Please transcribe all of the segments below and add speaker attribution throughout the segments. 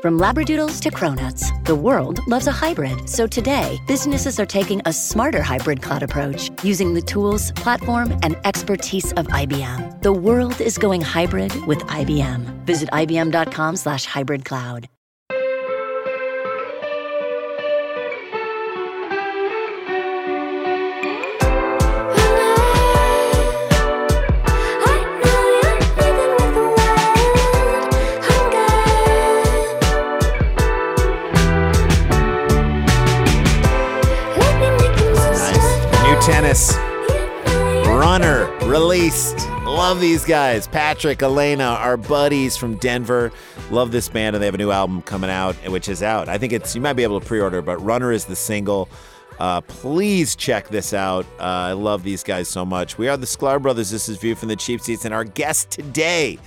Speaker 1: From Labradoodles to Cronuts, the world loves a hybrid. So today, businesses are taking a smarter hybrid cloud approach using the tools, platform, and expertise of IBM. The world is going hybrid with IBM. Visit IBM.com slash hybrid cloud.
Speaker 2: New tennis. Runner released. Love these guys. Patrick, Elena, our buddies from Denver. Love this band, and they have a new album coming out, which is out. I think it's, you might be able to pre order, but Runner is the single. Uh, please check this out. Uh, I love these guys so much. We are the Sklar Brothers. This is View from the Cheap Seats, and our guest today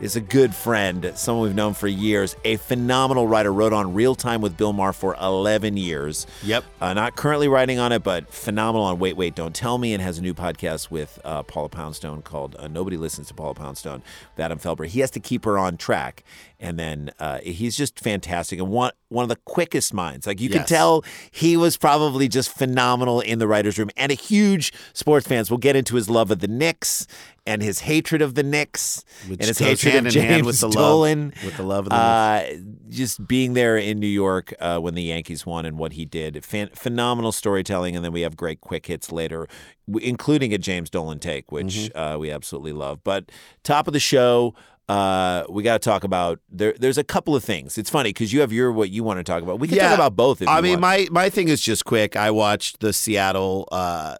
Speaker 2: is a good friend, someone we've known for years, a phenomenal writer. Wrote on Real Time with Bill Maher for 11 years.
Speaker 3: Yep.
Speaker 2: Uh, not currently writing on it, but phenomenal on Wait, Wait, Don't Tell Me, and has a new podcast with uh, Paula Poundstone called uh, Nobody Listens to Paula Poundstone with Adam Felber. He has to keep her on track, and then uh, he's just fantastic and one one of the quickest minds. Like you can
Speaker 3: Yes.
Speaker 2: tell, he was probably just phenomenal in the writers' room and a huge sports fan. So We'll get into his love of the Knicks and his hatred of the Knicks
Speaker 3: Which
Speaker 2: and his
Speaker 3: goes
Speaker 2: hatred
Speaker 3: hand
Speaker 2: of
Speaker 3: in
Speaker 2: James
Speaker 3: hand with the love-
Speaker 2: Dolan
Speaker 3: with the love of the
Speaker 2: uh, just being there in New York uh, when the Yankees won and what he did. Fan- phenomenal storytelling, and then we have great quick hits later, w- including a James Dolan take, which
Speaker 3: Mm-hmm.
Speaker 2: uh, we absolutely love. But top of the show. Uh, we got to talk about there. There's a couple of things. It's funny because you have your what you want to talk about. We can talk about both. If
Speaker 3: I
Speaker 2: you
Speaker 3: mean,
Speaker 2: want.
Speaker 3: my my thing is just quick. I watched the Seattle uh,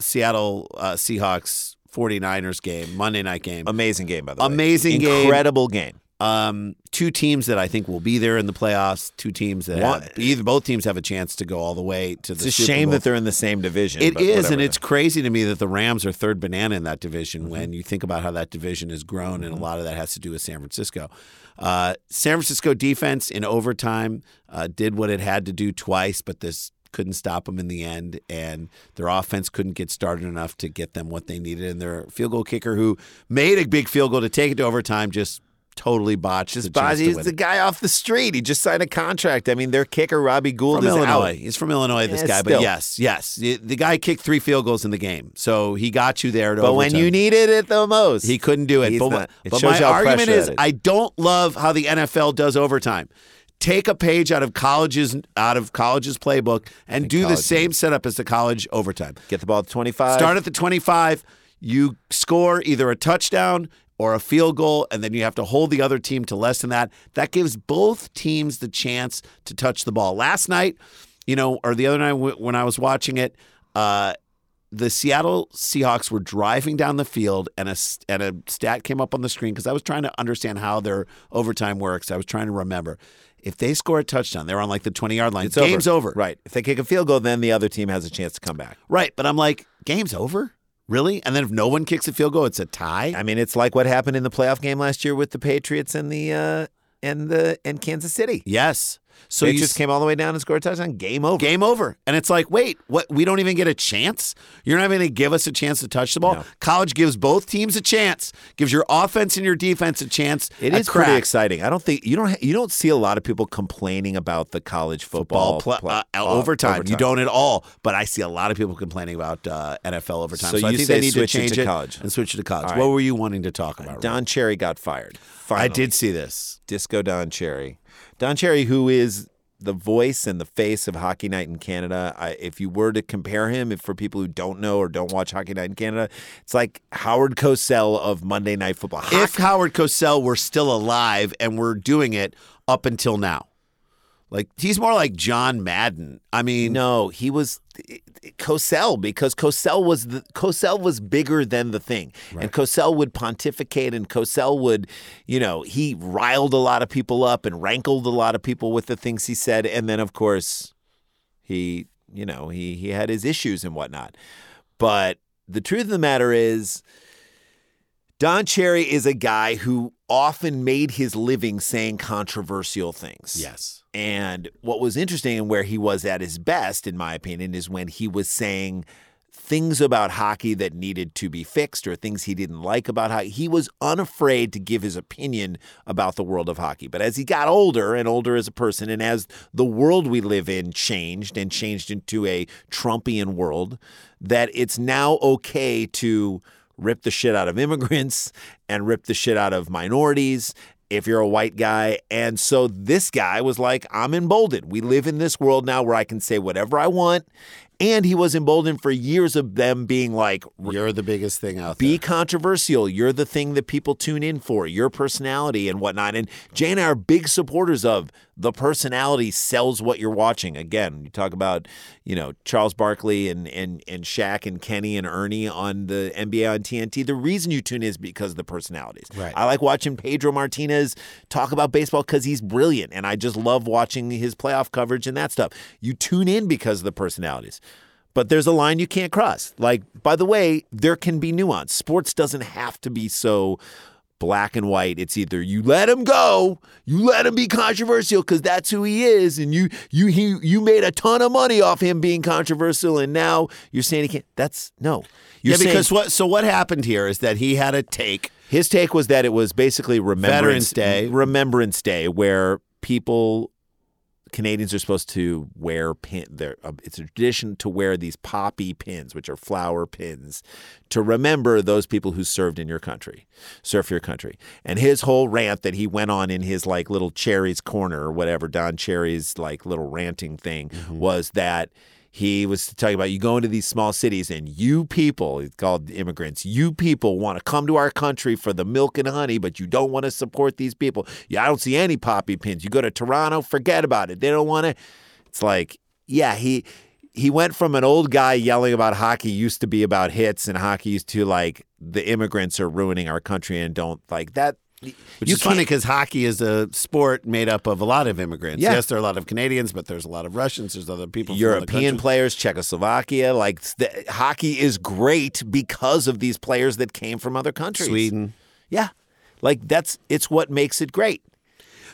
Speaker 3: Seattle uh, Seahawks 49ers game, Monday night game.
Speaker 2: amazing game by the way.
Speaker 3: Amazing game.
Speaker 2: incredible game.
Speaker 3: Um, two teams that I think will be there in the playoffs. Two teams that
Speaker 2: One-
Speaker 3: have, either both teams have a chance to go all the way to
Speaker 2: It's
Speaker 3: the.
Speaker 2: a
Speaker 3: Super
Speaker 2: shame
Speaker 3: Bowl.
Speaker 2: that they're in the same division.
Speaker 3: It
Speaker 2: but
Speaker 3: is,
Speaker 2: whatever. Mm-hmm.
Speaker 3: and it's crazy to me that the Rams are third banana in that division when you think about how that division has grown, and a lot of that has to do with San Francisco. Uh, San Francisco defense in overtime uh, did what it had to do twice, but this couldn't stop them in the end, and their offense couldn't get started enough to get them what they needed. And their field goal kicker, who made a big field goal to take it to overtime, just totally botched the chance to
Speaker 2: Bozzy's
Speaker 3: win
Speaker 2: the
Speaker 3: it.
Speaker 2: guy off the street. He just signed a contract. I mean, their kicker Robbie Gould
Speaker 3: from
Speaker 2: is out.
Speaker 3: Illinois. He's from Illinois, this
Speaker 2: Yeah,
Speaker 3: guy.
Speaker 2: still.
Speaker 3: But yes, yes. The the guy kicked three field goals in the game. So he got you there. To
Speaker 2: But when
Speaker 3: overtime.
Speaker 2: you needed it the most,
Speaker 3: He couldn't do it.
Speaker 2: He's
Speaker 3: But,
Speaker 2: not- it
Speaker 3: but
Speaker 2: shows
Speaker 3: my
Speaker 2: you how
Speaker 3: argument
Speaker 2: pressure
Speaker 3: is
Speaker 2: that is.
Speaker 3: I don't love how the NFL does overtime. Take a page out of college's out of college's playbook and do the
Speaker 2: college-
Speaker 3: same setup as the college overtime.
Speaker 2: get the ball at 25.
Speaker 3: Start at the 25. You score either a touchdown or a field goal, and then you have to hold the other team to less than that. That gives both teams the chance to touch the ball. Last night, you know, or the other night wh- when I was watching it, uh, the Seattle Seahawks were driving down the field, and a s- and a stat came up on the screen because I was trying to understand how their overtime works. I was trying to remember if they score a touchdown, they're on like the twenty yard line.
Speaker 2: It's
Speaker 3: Game's over.
Speaker 2: Right. If they kick a field goal, then the other team has a chance to come back.
Speaker 3: Right, but I'm like, game's over? Really? And then if no one kicks a field goal, it's a tie?
Speaker 2: I mean, it's like what happened in the playoff game last year with the Patriots and the uh, and the and Kansas City.
Speaker 3: yes. So
Speaker 2: So they
Speaker 3: you
Speaker 2: just
Speaker 3: s-
Speaker 2: came all the way down and scored a touchdown. Game over.
Speaker 3: game over. And it's like, wait, what we don't even get a chance? You're not even going to give us a chance to touch the ball?
Speaker 2: No.
Speaker 3: College gives both teams a chance. Gives your offense and your defense a chance.
Speaker 2: It
Speaker 3: at
Speaker 2: is pretty
Speaker 3: crack.
Speaker 2: exciting. I don't think you don't ha- you don't see a lot of people complaining about the college football,
Speaker 3: Ball play,
Speaker 2: pla-
Speaker 3: uh,
Speaker 2: ball-
Speaker 3: overtime. You don't at all, but I see a lot of people complaining about uh, NFL overtime.
Speaker 2: So
Speaker 3: I
Speaker 2: you
Speaker 3: think
Speaker 2: say
Speaker 3: they need to
Speaker 2: switch it
Speaker 3: change
Speaker 2: to college.
Speaker 3: and switch it to college.
Speaker 2: All right.
Speaker 3: What were you wanting to talk about? Ryan?
Speaker 2: Don Cherry got fired.
Speaker 3: I
Speaker 2: Finally.
Speaker 3: did see this.
Speaker 2: Disco Don Cherry. Don Cherry, who is the voice and the face of Hockey Night in Canada. I, if you were to compare him, if for people who don't know or don't watch Hockey Night in Canada, it's like Howard Cosell of Monday Night Football. Hock-
Speaker 3: if Howard Cosell were still alive and were doing it up until now. Like he's more like John Madden. I mean,
Speaker 2: no, he was Cosell because Cosell was the, Cosell was bigger than the thing, and Cosell would pontificate, and Cosell would, you know, he riled a lot of people up and rankled a lot of people with the things he said, and then of course, he, you know, he he had his issues and whatnot, but the truth of the matter is. Don Cherry is a guy who often made his living saying controversial things.
Speaker 3: yes,
Speaker 2: And what was interesting and where he was at his best, in my opinion, is when he was saying things about hockey that needed to be fixed or things he didn't like about hockey. He was unafraid to give his opinion about the world of hockey. But as he got older and older as a person, and as the world we live in changed and changed into a Trumpian world, that it's now okay to rip the shit out of immigrants and rip the shit out of minorities if you're a white guy. And so this guy was like, I'm emboldened. We live in this world now where I can say whatever I want. And he was emboldened for years of them being like,
Speaker 3: You're the biggest thing out there.
Speaker 2: be controversial. You're the thing that people tune in for, your personality and whatnot. And Jay and I are big supporters of the personality sells what you're watching. Again, you talk about, you know, Charles Barkley and and and Shaq and Kenny and Ernie on the NBA on TNT. The reason you tune in is because of the personalities.
Speaker 3: Right.
Speaker 2: I like watching Pedro Martinez talk about baseball because he's brilliant and I just love watching his playoff coverage and that stuff. You tune in because of the personalities. But there's a line you can't cross. Like, by the way, there can be nuance. Sports doesn't have to be so black and white. It's either you let him go, you let him be controversial because that's who he is, and you you he you made a ton of money off him being controversial, and now you're saying he can't. That's no. You're
Speaker 3: yeah, because
Speaker 2: saying-
Speaker 3: what? So what happened here is that he had a take.
Speaker 2: his take was that it was basically Remembrance
Speaker 3: Veterans Day.
Speaker 2: Remembrance Day, where people Canadians are supposed to wear pin. Their, uh, it's a tradition to wear these poppy pins, which are flower pins, to remember those people who served in your country, serve for your country. And his whole rant that he went on in his like little Cherry's corner or whatever Don Cherry's like little ranting thing was that he was talking about you go into these small cities and you people, it's called immigrants, you people want to come to our country for the milk and honey, but you don't want to support these people. Yeah, I don't see any poppy pins. You go to Toronto, forget about it. They don't want to. It's like, yeah, he he went from an old guy yelling about hockey used to be about hits and hockey used to like the immigrants are ruining our country and don't like that.
Speaker 3: Which is funny because hockey is a sport made up of a lot of immigrants.
Speaker 2: Yeah.
Speaker 3: Yes, there are a lot of Canadians, but there's a lot of Russians. There's other people. from other
Speaker 2: European
Speaker 3: countries.
Speaker 2: players, Czechoslovakia, like the, hockey is great because of these players that came from other countries.
Speaker 3: Sweden.
Speaker 2: Yeah. Like that's it's what makes it great.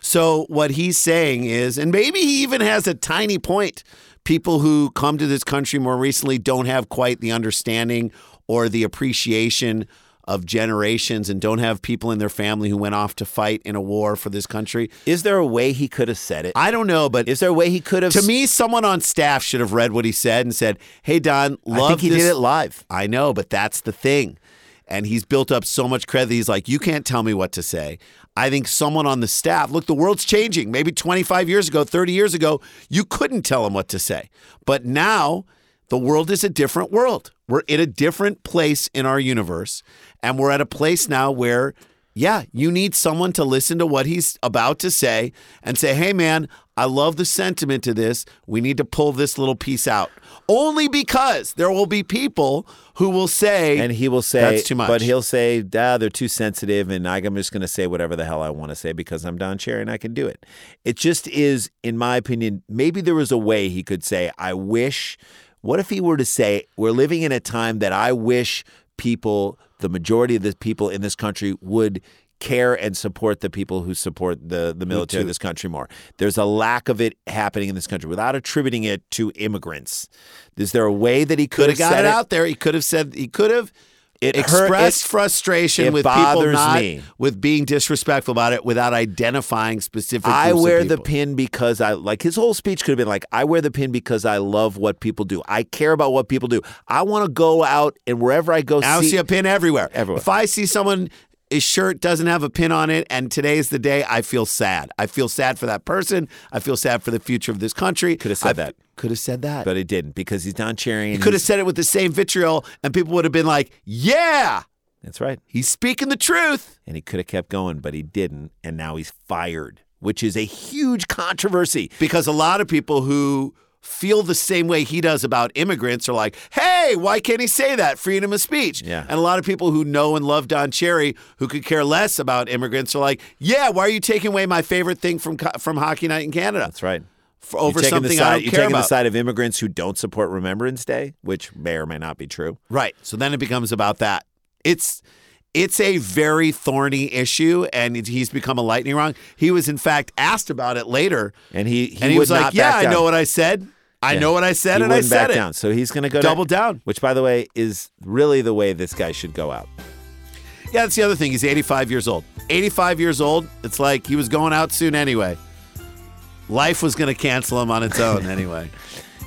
Speaker 3: So what he's saying is, and maybe he even has a tiny point. People who come to this country more recently don't have quite the understanding or the appreciation of generations and don't have people in their family who went off to fight in a war for this country.
Speaker 2: Is there a way he could have said it?
Speaker 3: I don't know, but
Speaker 2: Is there a way he could have
Speaker 3: to me, someone on staff should have read what he said and said, "Hey, Don, love
Speaker 2: I think he
Speaker 3: this-
Speaker 2: did it live.
Speaker 3: I know, but that's the thing. And he's built up so much credit. He's like, you can't tell me what to say. I think someone on the staff, look, the world's changing. Maybe 25 years ago, 30 years ago, you couldn't tell him what to say. But now the world is a different world. We're in a different place in our universe. And we're at a place now where, yeah, you need someone to listen to what he's about to say and say, hey, man, I love the sentiment to this. We need to pull this little piece out. Only because there will be people who will say,
Speaker 2: and he will say
Speaker 3: That's too much.
Speaker 2: But he'll say, "Ah, they're too sensitive," and I- I'm just going to say whatever the hell I want to say because I'm Don Cherry and I can do it. It just is, in my opinion, maybe there was a way he could say, "I wish." What if he were to say, "We're living in a time that I wish people, the majority of the people in this country, would." care and support the people who support the, the military of this country more. There's a lack of it happening in this country without attributing it to immigrants. Is there a way that he could have
Speaker 3: could have got
Speaker 2: said
Speaker 3: it out there. He could have said, he could have
Speaker 2: It hurt-
Speaker 3: expressed
Speaker 2: it-
Speaker 3: frustration
Speaker 2: it
Speaker 3: with people
Speaker 2: bothers
Speaker 3: not,
Speaker 2: me.
Speaker 3: with being disrespectful about it without identifying specific
Speaker 2: I
Speaker 3: groups of
Speaker 2: wear the
Speaker 3: people.
Speaker 2: pin because I like his whole speech could have been like, I wear the pin because I love what people do. I care about what people do. I want to go out and wherever I go,
Speaker 3: Now I
Speaker 2: see,
Speaker 3: see a pin everywhere.
Speaker 2: Everywhere.
Speaker 3: If I see someone, his shirt doesn't have a pin on it, and today's the day, I feel sad. I feel sad for that person. I feel sad for the future of this country.
Speaker 2: Could have said that.
Speaker 3: Could have said that.
Speaker 2: but he didn't because he's Don Cherry.
Speaker 3: he could have said it with the same vitriol, and people would have been like, yeah,
Speaker 2: That's right.
Speaker 3: he's speaking the truth.
Speaker 2: And he could have kept going, but he didn't. And now he's fired, which is a huge controversy.
Speaker 3: Because a lot of people who feel the same way he does about immigrants are like, hey, why can't he say that? Freedom of speech.
Speaker 2: Yeah.
Speaker 3: And a lot of people who know and love Don Cherry, who could care less about immigrants, are like, yeah, why are you taking away my favorite thing from co- from Hockey Night in Canada
Speaker 2: That's right.
Speaker 3: for, over
Speaker 2: you're taking
Speaker 3: something
Speaker 2: the side,
Speaker 3: I don't
Speaker 2: you're
Speaker 3: care
Speaker 2: taking the
Speaker 3: about?
Speaker 2: side of immigrants who don't support Remembrance Day, which may or may not be true.
Speaker 3: Right. So then it becomes about that. It's it's a very thorny issue, and it- he's become a lightning rod. He was, in fact, asked about it later,
Speaker 2: And he he
Speaker 3: and he
Speaker 2: would
Speaker 3: was
Speaker 2: not
Speaker 3: like,
Speaker 2: back
Speaker 3: yeah, I
Speaker 2: down.
Speaker 3: know what I said. I know what I said,
Speaker 2: he
Speaker 3: and I
Speaker 2: wouldn't
Speaker 3: said
Speaker 2: back
Speaker 3: it.
Speaker 2: down. So he's going to go to-
Speaker 3: Double down.
Speaker 2: which, by the way, is really the way this guy should go out.
Speaker 3: Yeah, that's the other thing. He's 85 years old. 85 years old. It's like he was going out soon anyway. Life was going to cancel him on its own anyway.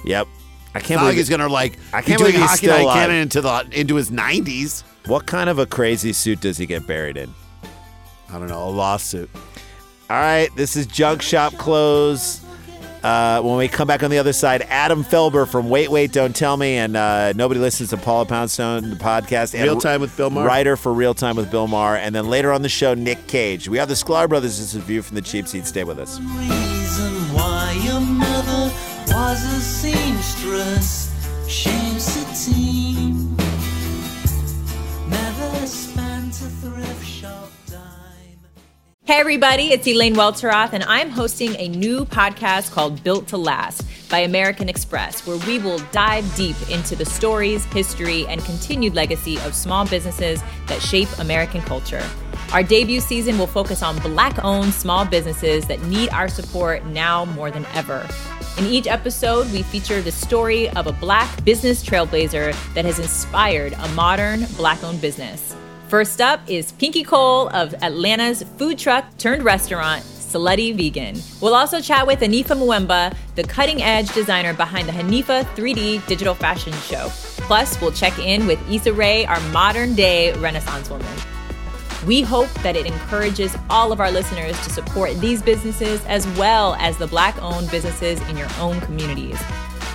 Speaker 2: Yep. I
Speaker 3: It's
Speaker 2: can't
Speaker 3: not like
Speaker 2: believe
Speaker 3: he's
Speaker 2: it.
Speaker 3: going to like.
Speaker 2: I can't
Speaker 3: be doing
Speaker 2: believe he's
Speaker 3: hockey
Speaker 2: still
Speaker 3: night
Speaker 2: alive.
Speaker 3: cannon into the into his 90s.
Speaker 2: What kind of a crazy suit does he get buried in?
Speaker 3: I don't know a lawsuit.
Speaker 2: All right, this is Junk Shop Close. Uh, when we come back on the other side, Adam Felber from Wait, Wait, Don't Tell Me, and uh, nobody listens to Paula Poundstone, the podcast. and
Speaker 3: Real Time with Bill Maher.
Speaker 2: Writer for Real Time with Bill Maher. And then later on the show, Nick Cage. We are the Sklar Brothers. This is View from the Cheap Seat. Stay with us.
Speaker 4: reason why your mother was a seamstress. She's a team. Never spent a thrift shop dime.
Speaker 5: Hey, everybody, it's Elaine Welteroth, and I'm hosting a new podcast called Built to Last by American Express, where we will dive deep into the stories, history, and continued legacy of small businesses that shape American culture. Our debut season will focus on Black owned small businesses that need our support now more than ever. In each episode, we feature the story of a Black business trailblazer that has inspired a modern Black owned business. First up is Pinky Cole of Atlanta's food truck turned restaurant, Saletti Vegan. We'll also chat with Hanifa Mwemba, the cutting edge designer behind the Hanifa 3D digital fashion show. Plus, we'll check in with Issa Rae, our modern day Renaissance woman. We hope that it encourages all of our listeners to support these businesses as well as the Black owned businesses in your own communities.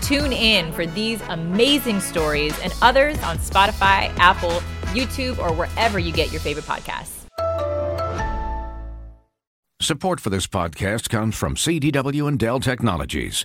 Speaker 5: Tune in for these amazing stories and others on Spotify, Apple, YouTube, or wherever you get your favorite podcasts.
Speaker 6: Support for this podcast comes from CDW and Dell Technologies.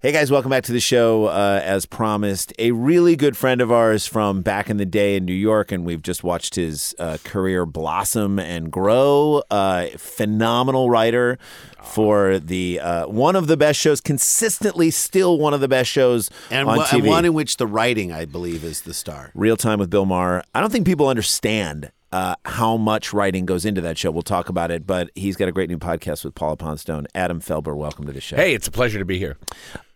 Speaker 2: Hey guys, welcome back to the show. Uh, as promised, a really good friend of ours from back in the day in New York, and we've just watched his uh, career blossom and grow. Uh, phenomenal writer for the uh, one of the best shows, consistently still one of the best shows
Speaker 3: And,
Speaker 2: on
Speaker 3: one-
Speaker 2: TV.
Speaker 3: and one in which the writing, I believe, is the star.
Speaker 2: Real Time with Bill Maher. I don't think people understand uh, how much writing goes into that show. We'll talk about it, but he's got a great new podcast with Paula Poundstone. Adam Felber, welcome to the show.
Speaker 7: Hey, it's a pleasure to be here.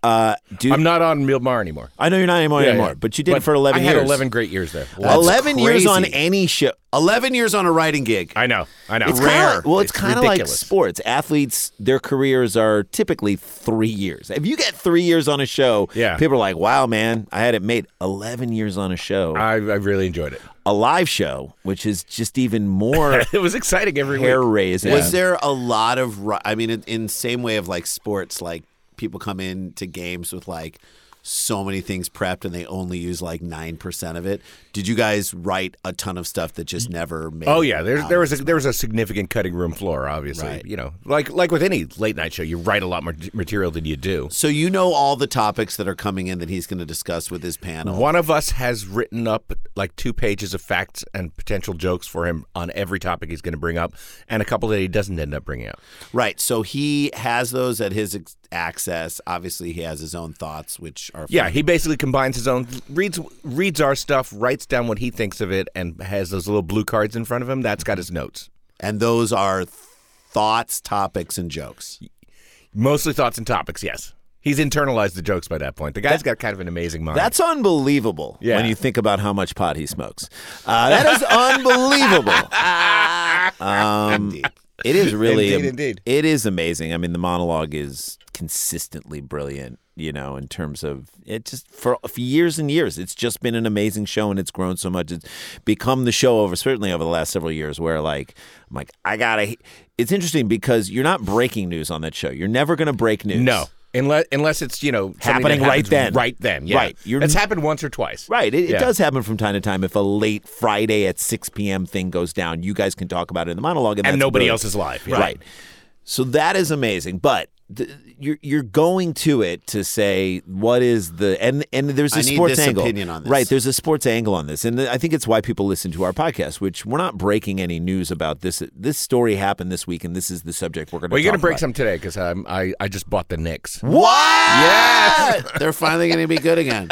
Speaker 2: uh, dude,
Speaker 7: I'm not on Bill Maher anymore.
Speaker 2: I know you're not anymore
Speaker 7: Yeah,
Speaker 2: anymore,
Speaker 7: yeah.
Speaker 2: but you did it for 11
Speaker 7: I
Speaker 2: years.
Speaker 7: had 11 great years there.
Speaker 3: That's
Speaker 2: 11 years
Speaker 3: crazy.
Speaker 2: on any show.
Speaker 3: 11 years on a writing gig.
Speaker 7: I know. I know.
Speaker 2: It's
Speaker 7: rare.
Speaker 2: kinda like- well, it's, kind of like
Speaker 7: ridiculous.
Speaker 2: sports. Athletes, their careers are typically three years. If you get three years on a show,
Speaker 7: Yeah.
Speaker 2: people are like, wow, man, I had it made 11 years on a show,
Speaker 7: I, I really enjoyed it.
Speaker 2: a live show, which is just even more
Speaker 7: It was exciting every
Speaker 2: hair
Speaker 7: week.
Speaker 2: raising.
Speaker 3: Was there a lot of? ri- I mean, in, in same way of like sports, like people come in to games with like so many things prepped, and they only use like nine percent of it. Did you guys write a ton of stuff that just never made?
Speaker 7: Oh yeah, there,
Speaker 3: out?
Speaker 7: there was a, there was a significant cutting room floor. Obviously,
Speaker 3: Right.
Speaker 7: you know, like like with any late night show, you write a lot more material than you do.
Speaker 3: So you know all the topics that are coming in that he's going to discuss with his panel.
Speaker 7: One of us has written up like two pages of facts and potential jokes for him on every topic he's going to bring up, and a couple that he doesn't end up bringing up.
Speaker 3: Right. So he has those at his ex- access. Obviously, he has his own thoughts, which are
Speaker 7: Yeah, he basically combines his own reads reads our stuff, writes down what he thinks of it, and has those little blue cards in front of him. That's got his notes,
Speaker 3: and those are thoughts, topics, and jokes.
Speaker 7: mostly thoughts and topics. Yes, he's internalized the jokes by that point. The guy's got kind of an amazing mind.
Speaker 2: That's unbelievable
Speaker 7: Yeah.
Speaker 2: when you think about how much pot he smokes. Uh, that is unbelievable. Um, it is really,
Speaker 7: Indeed, indeed.
Speaker 2: it is amazing. I mean, the monologue is consistently brilliant. You know, in terms of it, just for, for years and years, it's just been an amazing show, and it's grown so much. It's become the show over certainly over the last several years. Where like, I'm like, I gotta. It's interesting because you're not breaking news on that show. You're never gonna break news.
Speaker 7: no, unless unless it's you know something that
Speaker 2: Happening right
Speaker 7: happens
Speaker 2: then.
Speaker 7: right then, yeah.
Speaker 2: Right. You're-
Speaker 7: it's happened once or twice.
Speaker 2: Right. It, it
Speaker 7: Yeah.
Speaker 2: does happen from time to time. If a late Friday at 6 p.m. thing goes down, you guys can talk about it in the monologue. And,
Speaker 7: And
Speaker 2: that's
Speaker 7: nobody
Speaker 2: brilliant.
Speaker 7: else is live, yeah.
Speaker 2: Right. So that is amazing. But
Speaker 3: th- you're you're going to it to say what is the and and there's a
Speaker 2: I need
Speaker 3: sports
Speaker 2: this
Speaker 3: angle
Speaker 2: opinion on this.
Speaker 3: right there's a sports angle on this and I think it's why people listen to our podcast which we're not breaking any news about this this story happened this week and this is the subject we're going to
Speaker 7: Well, you're
Speaker 3: going to
Speaker 7: gonna break some today because I I just bought the Knicks.
Speaker 3: what
Speaker 2: Yes, they're finally going to be good again.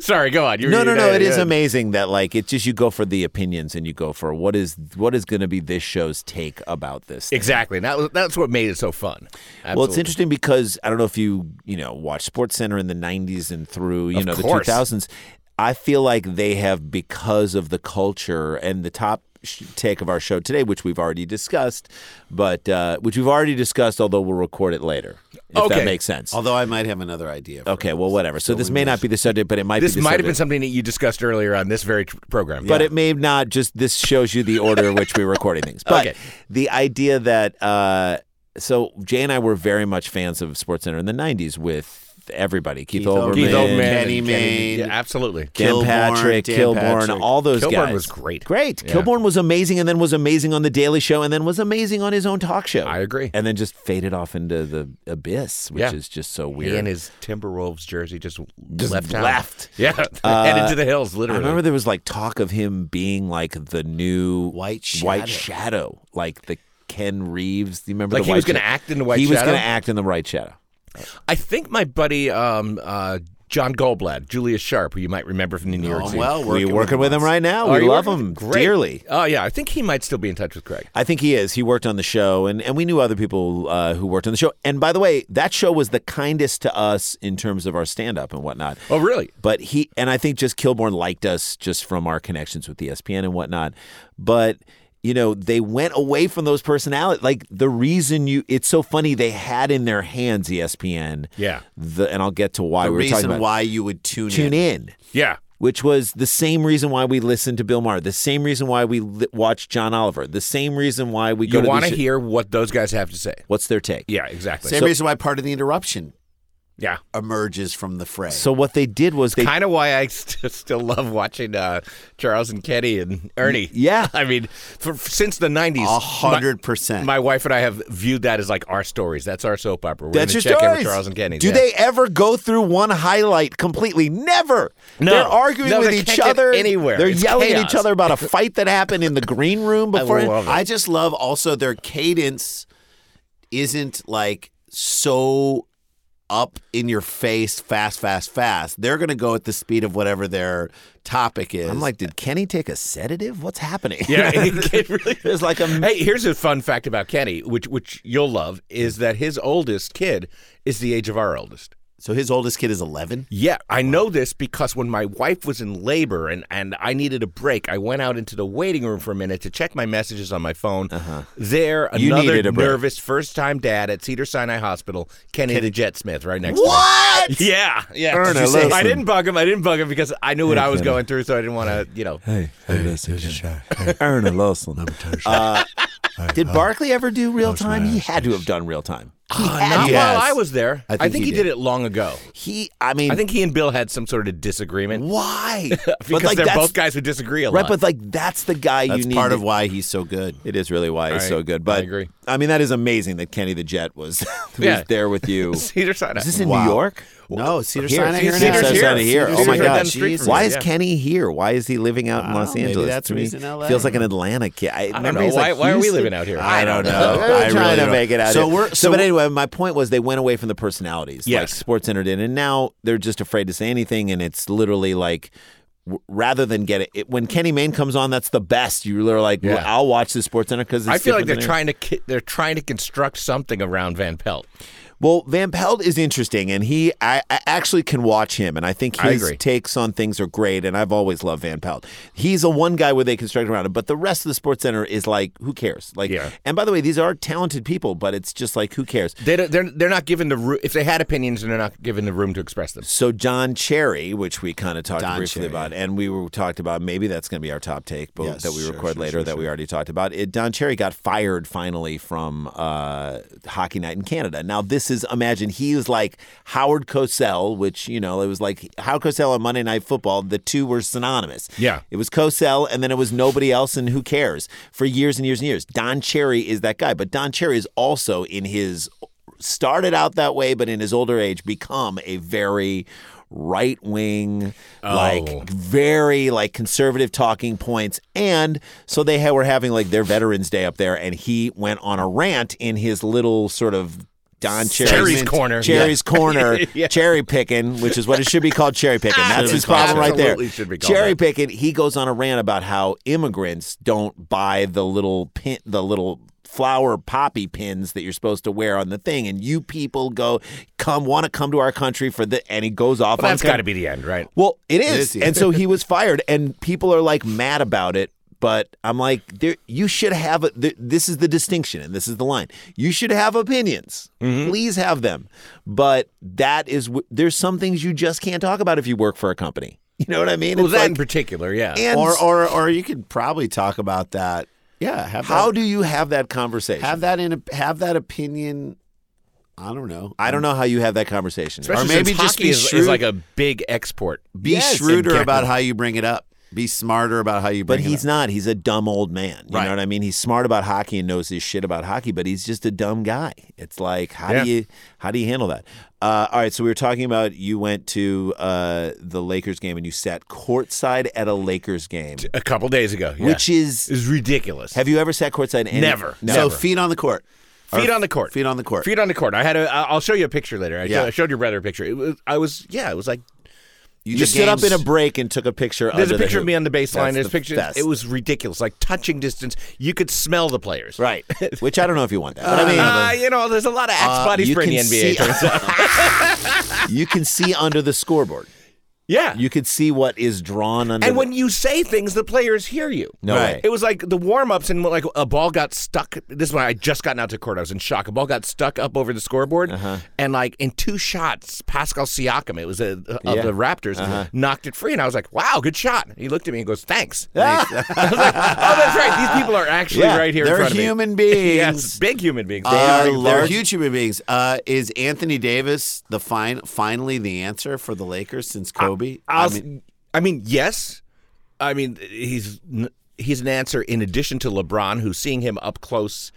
Speaker 7: Sorry, go on. You were-
Speaker 3: no no no
Speaker 7: yeah,
Speaker 3: it is um,
Speaker 7: yeah.
Speaker 3: amazing that like it's just you go for the opinions and you go for what is what is going to be this show's take about this thing.
Speaker 7: Exactly. And that was, that's what made it so fun.
Speaker 3: Well, it's
Speaker 7: Absolutely.
Speaker 3: interesting because I don't know if you you know watch Sports Center in the '90s and through you
Speaker 7: Of
Speaker 3: know
Speaker 7: course.
Speaker 3: the 2000s. I feel like they have because of the culture and the top sh- take of our show today, which we've already discussed, but uh, which we've already discussed, although we'll record it later if
Speaker 7: Okay.
Speaker 3: that makes sense.
Speaker 2: Although I might have another idea. For
Speaker 3: okay, well, whatever. So, this may not be the subject, but it might
Speaker 7: This
Speaker 3: be. the
Speaker 7: might have been
Speaker 3: subject.
Speaker 7: something that you discussed earlier on this very t- program.
Speaker 3: But it may not just this shows you the order in which we're recording things. But
Speaker 7: Okay.
Speaker 3: the idea that uh, so Jay and I were very much fans of SportsCenter in the '90s with everybody, Keith, Olbermann,
Speaker 7: Keith Oldman,
Speaker 2: Kenny
Speaker 7: and
Speaker 2: Mayne.
Speaker 7: yeah, absolutely.
Speaker 3: Dan
Speaker 2: Kilborn,
Speaker 3: Patrick,
Speaker 2: Dan
Speaker 3: Kilborn,
Speaker 2: Patrick.
Speaker 3: all those
Speaker 7: Kilborn
Speaker 3: guys.
Speaker 7: was great.
Speaker 3: Great.
Speaker 7: Yeah.
Speaker 3: Kilborn was amazing and then was amazing on The Daily Show and then was amazing on his own talk show.
Speaker 7: I agree.
Speaker 3: And then just faded off into the abyss, which
Speaker 7: Yeah.
Speaker 3: is just so
Speaker 7: He
Speaker 3: weird.
Speaker 7: and his Timberwolves jersey just,
Speaker 3: Just
Speaker 7: left. town.
Speaker 3: left. Uh,
Speaker 7: Yeah. Headed to the hills,
Speaker 3: I
Speaker 7: literally.
Speaker 3: remember there was like talk of him being like the new
Speaker 2: White
Speaker 3: White
Speaker 2: Shadow.
Speaker 3: Shadow, like the Ken Reeves. Do you remember
Speaker 7: Like
Speaker 3: the
Speaker 7: he
Speaker 3: White
Speaker 7: was gonna
Speaker 3: Sha-
Speaker 7: act in the White
Speaker 3: He was
Speaker 7: Shadow?
Speaker 3: going to act in the White Shadow.
Speaker 7: I think my buddy um, uh, John Goldblatt, Julius Sharp, who you might remember from the New York
Speaker 2: Oh,
Speaker 7: scene.
Speaker 2: well,
Speaker 3: We're
Speaker 2: working
Speaker 3: working with him
Speaker 2: us.
Speaker 3: right now.
Speaker 7: Are
Speaker 3: we
Speaker 7: you
Speaker 3: love
Speaker 7: Oh, working-
Speaker 3: him
Speaker 7: Great.
Speaker 3: dearly.
Speaker 7: Oh yeah, I think he might still be in touch with Craig.
Speaker 3: I think he is. He worked on the show, and, and we knew other people uh, who worked on the show. And by the way, that show was the kindest to us in terms of our stand up and whatnot.
Speaker 7: Oh really?
Speaker 3: But he, and I think just Kilborn liked us just from our connections with E ESPN and whatnot. But, you know, they went away from those personalities. Like the reason you, it's so funny, they had in their hands E ESPN.
Speaker 7: Yeah.
Speaker 3: The, and I'll get to why
Speaker 2: The
Speaker 3: we were talking
Speaker 2: reason
Speaker 3: about
Speaker 2: why you would tune,
Speaker 3: tune
Speaker 2: in.
Speaker 3: in
Speaker 7: Yeah.
Speaker 3: which was the same reason why we listened to Bill Maher, the same reason why we li- watched John Oliver, the same reason why we go
Speaker 7: You
Speaker 3: to
Speaker 7: want
Speaker 3: these
Speaker 7: to
Speaker 3: sh-
Speaker 7: hear what those guys have to say?
Speaker 3: what's their take.
Speaker 7: Yeah, exactly.
Speaker 2: Same
Speaker 7: So-
Speaker 2: reason why part of the interruption
Speaker 7: yeah.
Speaker 2: emerges from the fray.
Speaker 3: So what they did was they
Speaker 7: kind of why I st- still love watching uh, Charles and Kenny and Ernie.
Speaker 3: yeah.
Speaker 7: I mean, for, for- since the nineties,
Speaker 2: a hundred percent.
Speaker 7: My wife and I have viewed that as like our stories. That's our soap opera. We're
Speaker 3: that's
Speaker 7: gonna
Speaker 3: your
Speaker 7: check in with
Speaker 3: stories.
Speaker 7: Charles and Kenny.
Speaker 3: Do
Speaker 7: yeah.
Speaker 3: they ever go through one highlight completely? Never.
Speaker 7: No.
Speaker 3: They're arguing
Speaker 7: No,
Speaker 3: with
Speaker 7: they
Speaker 3: each
Speaker 7: can't get
Speaker 3: other
Speaker 7: anywhere.
Speaker 3: They're
Speaker 7: It's
Speaker 3: yelling at each
Speaker 7: chaos.
Speaker 3: other about a fight that happened in the green room before.
Speaker 7: love it.
Speaker 2: I just love also their cadence isn't like so up in your face, fast, fast, fast. They're going to go at the speed of whatever their topic is.
Speaker 3: I'm like, did Kenny take a sedative? What's happening?
Speaker 7: Yeah, it, it really
Speaker 3: There's like a
Speaker 7: Hey, here's a fun fact about Kenny, which which you'll love, is that his oldest kid is the age of our oldest.
Speaker 2: so his oldest kid is 11.
Speaker 7: Yeah, I know this because when my wife was in labor and, and I needed a break, I went out into the waiting room for a minute to check my messages on my phone. There,
Speaker 3: Uh-huh. You
Speaker 7: another
Speaker 3: needed a break.
Speaker 7: nervous first time dad at Cedar Sinai Hospital, Kenny the Jet Smith, right next to me.
Speaker 3: what?
Speaker 7: Yeah, yeah.
Speaker 3: Erna,
Speaker 7: Did you say-
Speaker 3: listen.
Speaker 7: I didn't bug him. I didn't bug him because I knew what I was going through, so I didn't want to, you know.
Speaker 3: Hey, hey, listen, Erna Lawson. Uh, did Barkley ever do real time? He had to have done real time. He had
Speaker 7: Not
Speaker 3: to.
Speaker 7: while I was there. I
Speaker 2: I
Speaker 7: think,
Speaker 2: think
Speaker 7: he,
Speaker 2: he
Speaker 7: did.
Speaker 2: did.
Speaker 7: it long ago.
Speaker 3: He, I mean,
Speaker 7: I think he and Bill had some sort of disagreement
Speaker 3: why?
Speaker 7: because they're
Speaker 3: that's-
Speaker 7: both guys who disagree a lot.
Speaker 3: Right, but like that's the guy
Speaker 2: That's
Speaker 3: you need.
Speaker 2: part
Speaker 3: to-
Speaker 2: of why he's so good.
Speaker 3: it is really why he's
Speaker 7: All
Speaker 3: so
Speaker 7: right,
Speaker 3: good. But
Speaker 7: I agree.
Speaker 3: I mean, that is amazing that Kenny the Jet was, was
Speaker 7: Yeah.
Speaker 3: there with you. is
Speaker 7: Cedar Sinai.
Speaker 3: this in
Speaker 2: Wow.
Speaker 3: New York?
Speaker 2: No, Cedar
Speaker 3: Here,
Speaker 2: Sinai.
Speaker 7: Cedar-
Speaker 2: in
Speaker 7: Cedar's
Speaker 2: Arizona.
Speaker 3: Sinai's down
Speaker 7: here.
Speaker 3: here.
Speaker 7: Cedar's
Speaker 3: Oh my
Speaker 7: right down
Speaker 3: God!
Speaker 7: the street from
Speaker 3: Why
Speaker 7: us,
Speaker 3: is
Speaker 7: yeah.
Speaker 3: Kenny here? Why is he living out in
Speaker 2: Wow,
Speaker 3: Los
Speaker 2: maybe
Speaker 3: Angeles?
Speaker 2: that's
Speaker 3: To
Speaker 2: where
Speaker 3: me,
Speaker 2: he's in LA.
Speaker 3: Feels like an Atlanta kid. I, remember
Speaker 7: know.
Speaker 3: he's like,
Speaker 7: Why- why are we
Speaker 3: Houston?
Speaker 7: living out here?
Speaker 3: I don't know.
Speaker 2: I
Speaker 3: I'm
Speaker 2: really
Speaker 3: trying to
Speaker 2: don't.
Speaker 3: make it out.
Speaker 2: So
Speaker 3: here.
Speaker 2: we're-
Speaker 3: so,
Speaker 2: so-
Speaker 3: but anyway, my point was they went away from the personalities. Like
Speaker 7: Yes.
Speaker 3: Sports entered in, and now they're just afraid to say anything, and it's literally like. w- Rather than get it, it when Kenny Mayne comes on, that's the best. You're literally like, well,
Speaker 7: Yeah.
Speaker 3: I'll watch the Sports Center because
Speaker 7: I feel like they're trying to ki- they're trying to construct something around Van Pelt.
Speaker 3: Well, Van Pelt is interesting, and he I, I actually can watch him, and I think
Speaker 7: I
Speaker 3: his
Speaker 7: agree.
Speaker 3: takes on things are great. And I've always loved Van Pelt. He's a one guy where they construct around him, but the rest of the Sports Center is like, who cares? Like,
Speaker 7: Yeah.
Speaker 3: and by the way, these are talented people, but it's just like, who cares?
Speaker 7: They don't, they're they're not given the room. If they had opinions, they're not given the room to express them.
Speaker 3: So John Cherry, which we kind of talked
Speaker 2: Don
Speaker 3: briefly
Speaker 2: Cherry,
Speaker 3: about, and we were talked about, maybe that's going to be our top take, but
Speaker 2: Yes,
Speaker 3: that we
Speaker 2: sure,
Speaker 3: record
Speaker 2: sure,
Speaker 3: later
Speaker 2: sure,
Speaker 3: that we
Speaker 2: sure.
Speaker 3: already talked about. It, Don Cherry got fired finally from uh, Hockey Night in Canada. Now this is imagine he is like Howard Cosell, which you know it was like Howard Cosell on Monday Night Football. The two were synonymous.
Speaker 7: Yeah.
Speaker 3: It was Cosell, and then it was nobody else, and who cares? For years and years and years, Don Cherry is that guy. But Don Cherry is also in his
Speaker 2: started out that way, but in his older age, become a very right wing,
Speaker 7: Oh.
Speaker 2: like very like conservative talking points. And so they ha- were having like their Veterans Day up there, and he went on a rant in his little sort of. Don Cherry's,
Speaker 7: Cherry's corner.
Speaker 2: Cherry's corner, cherry picking, which is what it should be called cherry picking. That's
Speaker 7: Ah, Should
Speaker 2: his
Speaker 7: be called
Speaker 2: problem
Speaker 7: that.
Speaker 2: right there.
Speaker 7: Absolutely should be called
Speaker 2: Cherry
Speaker 7: that.
Speaker 2: picking. He goes on a rant about how immigrants don't buy the little pin, the little flower poppy pins that you're supposed to wear on the thing, and you people go come want to come to our country for the. And he goes off.
Speaker 7: Well,
Speaker 2: on
Speaker 7: that's got to be the end, right?
Speaker 2: Well, it is,
Speaker 3: is the
Speaker 2: and so he was fired, and people are like mad about it. But uh, I'm like, there, you should have. A, th- this is the distinction, and this is the line. You should have opinions.
Speaker 3: Mm-hmm.
Speaker 2: Please have them. But that is, w- there's some things you just can't talk about if you work for a company. You know what I mean?
Speaker 7: Well,
Speaker 2: It's
Speaker 7: that in
Speaker 2: like-
Speaker 7: particular, yeah.
Speaker 2: and
Speaker 3: or or or you could probably talk about that. Yeah, have
Speaker 2: how
Speaker 3: that,
Speaker 2: do you have that conversation?
Speaker 3: have that in a, have that opinion. I don't know. Um,
Speaker 2: I don't know how you have that conversation.
Speaker 7: Especially
Speaker 3: Or
Speaker 7: since
Speaker 3: maybe just
Speaker 7: hockey
Speaker 3: be
Speaker 7: is, is
Speaker 3: shrewd.
Speaker 7: like a big export.
Speaker 3: Be
Speaker 7: Yes, in
Speaker 3: shrewder
Speaker 7: general.
Speaker 3: about how you bring it up. Be smarter about how you bring
Speaker 2: But
Speaker 3: it
Speaker 2: he's
Speaker 3: up.
Speaker 2: not. He's a dumb old man. You
Speaker 3: Right.
Speaker 2: know what I mean? He's smart about hockey and knows his shit about hockey, but he's just a dumb guy. It's like how
Speaker 7: Yeah.
Speaker 2: do you how do you handle that? Uh, all right, so we were talking about you went to uh, the Lakers game and you sat courtside at a Lakers game,
Speaker 7: a couple days ago, yeah.
Speaker 2: which is
Speaker 7: is ridiculous.
Speaker 2: have you ever sat courtside? Any,
Speaker 7: Never.
Speaker 2: No.
Speaker 3: So
Speaker 7: Never.
Speaker 3: feet on the court.
Speaker 7: Feet
Speaker 3: Or
Speaker 7: on the court.
Speaker 3: Feet on the court.
Speaker 7: Feet on the court. I had a. I- I'll show you a picture later. I,
Speaker 3: Yeah.
Speaker 7: showed, I showed your brother a picture. It was. I was. Yeah. It was like
Speaker 2: you
Speaker 3: the
Speaker 2: just stood up
Speaker 3: games-
Speaker 2: in a break and took a picture.
Speaker 7: There's
Speaker 2: under
Speaker 7: a picture
Speaker 2: the
Speaker 7: of me on the baseline.
Speaker 2: That's
Speaker 7: There's
Speaker 2: the
Speaker 7: pictures.
Speaker 2: best.
Speaker 7: It was ridiculous. Like touching distance, you could smell the players.
Speaker 2: right, which I don't know if you want that. But I mean,
Speaker 7: Uh, you know, there's a lot of axe
Speaker 2: Uh,
Speaker 7: bodies
Speaker 2: you
Speaker 7: for in the
Speaker 2: can
Speaker 7: NBA.
Speaker 2: see-
Speaker 7: it turns out.
Speaker 2: you can see under the scoreboard.
Speaker 7: yeah.
Speaker 2: You could see what is drawn under.
Speaker 7: and
Speaker 2: the-
Speaker 7: when you say things, the players hear you.
Speaker 2: No Right. way.
Speaker 7: It was like the warm ups, and like a ball got stuck. This one, I just gotten out to court. I was in shock. A ball got stuck up over the scoreboard,
Speaker 2: Uh-huh.
Speaker 7: and like in two shots, Pascal Siakam, it was a, of
Speaker 2: Yeah. Uh-huh.
Speaker 7: the Raptors, knocked it free. And I was like, wow, good shot. And he looked at me and goes, thanks. I was like, oh, that's right. These people are actually
Speaker 2: Yeah,
Speaker 7: right here in
Speaker 3: They're
Speaker 7: front of me.
Speaker 3: human beings.
Speaker 7: Yes, big human beings.
Speaker 3: They
Speaker 7: They
Speaker 3: are
Speaker 7: big
Speaker 3: large,
Speaker 7: players.
Speaker 3: huge human beings. Uh, is Anthony Davis the fine, finally the answer for the Lakers since Kobe?
Speaker 7: I'll,
Speaker 3: I
Speaker 7: s-
Speaker 3: mean,
Speaker 7: I mean, yes. I mean, he's n- he's an answer in addition to LeBron, who seeing him up close,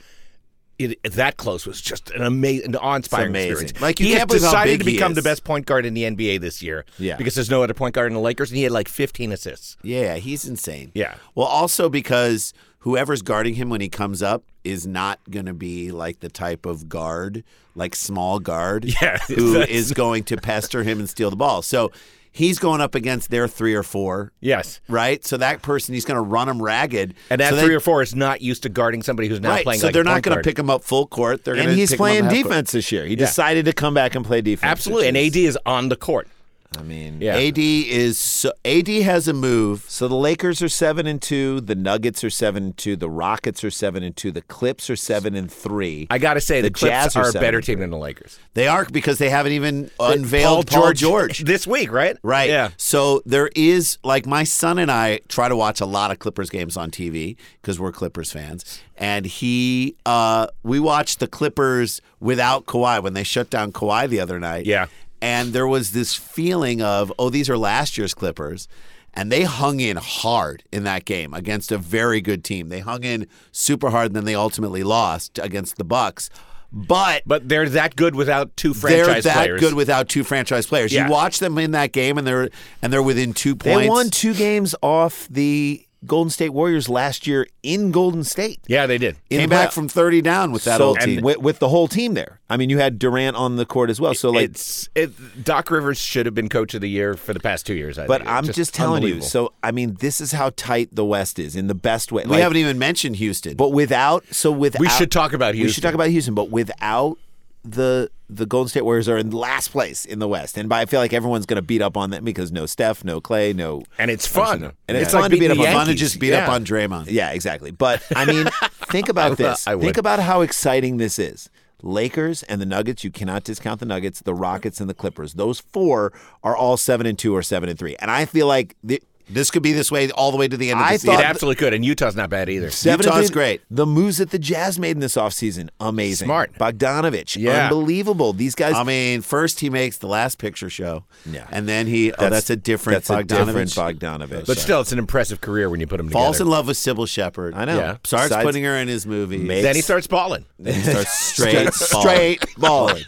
Speaker 7: it, that close was just an amazing, an awe-inspiring
Speaker 2: It's amazing.
Speaker 7: experience.
Speaker 3: Like, you
Speaker 7: he
Speaker 3: can't
Speaker 7: has
Speaker 3: believe how
Speaker 7: decided
Speaker 3: big
Speaker 7: to
Speaker 3: he
Speaker 7: become the
Speaker 3: is.
Speaker 7: best point guard in the NBA this year.
Speaker 2: Yeah.
Speaker 7: because there's no other point guard in the Lakers, and he had like 15 assists.
Speaker 3: yeah, he's insane.
Speaker 7: Yeah.
Speaker 3: Well, also because whoever's guarding him when he comes up is not going to be like the type of guard, like small guard,
Speaker 7: Yeah,
Speaker 3: who
Speaker 7: that's-
Speaker 3: is going to pester him and steal the ball. So he's going up against their three or four.
Speaker 7: Yes,
Speaker 3: Right, so that person he's going to run him ragged,
Speaker 7: and that
Speaker 3: so
Speaker 7: three or four is not used to guarding somebody who's now
Speaker 3: right,
Speaker 7: playing.
Speaker 3: so
Speaker 7: like
Speaker 3: they're
Speaker 7: a
Speaker 3: not
Speaker 7: point
Speaker 3: going to
Speaker 7: guard.
Speaker 3: pick him up full court. They're
Speaker 2: and
Speaker 3: gonna
Speaker 2: he's
Speaker 3: pick him up
Speaker 2: playing
Speaker 3: half court.
Speaker 2: defense this year. He decided to come back and play defense.
Speaker 7: Absolutely, and AD is on the court.
Speaker 2: I mean,
Speaker 7: Yeah.
Speaker 3: AD is so, AD has a move.
Speaker 2: So the Lakers are seven and two. The Nuggets are seven and two. The Rockets are seven and two. The Clips are seven and three.
Speaker 7: I got to say,
Speaker 2: The
Speaker 7: the,
Speaker 2: Jazz
Speaker 7: Clips
Speaker 2: are
Speaker 7: are a
Speaker 2: seven
Speaker 7: better
Speaker 2: and
Speaker 7: team
Speaker 2: three.
Speaker 7: than the Lakers.
Speaker 3: They are because they haven't even unveiled Paul, George.
Speaker 7: this week, right?
Speaker 3: Right.
Speaker 7: Yeah.
Speaker 3: So there is like my son and I try to watch a lot of Clippers games on TV because we're Clippers fans, and he uh, we watched the Clippers without Kawhi when they shut down Kawhi the other night.
Speaker 7: Yeah.
Speaker 3: And there was this feeling of oh these are last year's Clippers. And they hung in hard in that game against a very good team. They hung in super hard, and then they ultimately lost against the Bucks. But
Speaker 7: But they're that good without two franchise
Speaker 3: they're that
Speaker 7: players.
Speaker 3: good without two franchise players.
Speaker 7: Yeah.
Speaker 3: You watch them in that game, and they're and they're within two
Speaker 2: they
Speaker 3: points.
Speaker 2: won two games off the Golden State Warriors last year in Golden State.
Speaker 7: yeah, they did.
Speaker 3: Came
Speaker 2: in
Speaker 3: back
Speaker 2: play-
Speaker 3: from thirty down with that
Speaker 2: so
Speaker 3: old team.
Speaker 2: with, with the whole team there. I mean, you had Durant on the court as well. So like,
Speaker 7: it's it, Doc Rivers should have been coach of the year for the past two years. I
Speaker 2: but
Speaker 7: think.
Speaker 2: I'm just, telling you.
Speaker 7: unbelievable.
Speaker 2: So I mean, this is how tight the West is in the best way.
Speaker 3: we
Speaker 2: Like,
Speaker 3: haven't even mentioned Houston.
Speaker 2: But without, so without,
Speaker 7: should talk about
Speaker 2: We should
Speaker 7: Houston.
Speaker 2: talk about Houston, but without the the Golden State Warriors are in last place in the West, and by, I feel like everyone's going to beat up on them because no Steph, no Clay, no,
Speaker 7: and it's fun.
Speaker 2: And it's
Speaker 7: like
Speaker 2: fun to beat
Speaker 7: beating
Speaker 2: up
Speaker 7: the
Speaker 2: on-
Speaker 3: fun to
Speaker 7: Yankees.
Speaker 3: just beat up
Speaker 7: Yeah.
Speaker 3: on Draymond.
Speaker 2: yeah, exactly. But I mean, think about this.
Speaker 7: I would.
Speaker 2: Think about how exciting this is. Lakers and the Nuggets, you cannot discount the Nuggets, the Rockets and the Clippers. Those four are all 7 and 2 or 7 and 3. And I feel like the,
Speaker 3: This could be this way all the way to the end of
Speaker 2: I
Speaker 3: the
Speaker 2: thought-
Speaker 3: season.
Speaker 7: It absolutely could, and Utah's not bad either.
Speaker 2: Seven
Speaker 3: Utah's
Speaker 2: is
Speaker 3: great.
Speaker 2: The moves that the Jazz made in this offseason, amazing.
Speaker 7: Smart.
Speaker 2: Bogdanovich,
Speaker 7: Yeah.
Speaker 2: unbelievable. These guys.
Speaker 3: I mean, first he makes the last picture show.
Speaker 2: Yeah.
Speaker 3: And then he, oh, that's a different
Speaker 2: that's a different
Speaker 3: Bogdanovich.
Speaker 2: Bogdanovich.
Speaker 7: But still, it's an impressive career when you put them
Speaker 3: Falls in
Speaker 7: together.
Speaker 3: love with Sybil Shepherd.
Speaker 2: I know.
Speaker 7: Yeah.
Speaker 3: Starts
Speaker 2: Besides-
Speaker 3: putting her in his movie.
Speaker 2: Makes-
Speaker 7: Then he starts balling.
Speaker 2: Then he starts straight,
Speaker 3: Straight
Speaker 2: straight balling.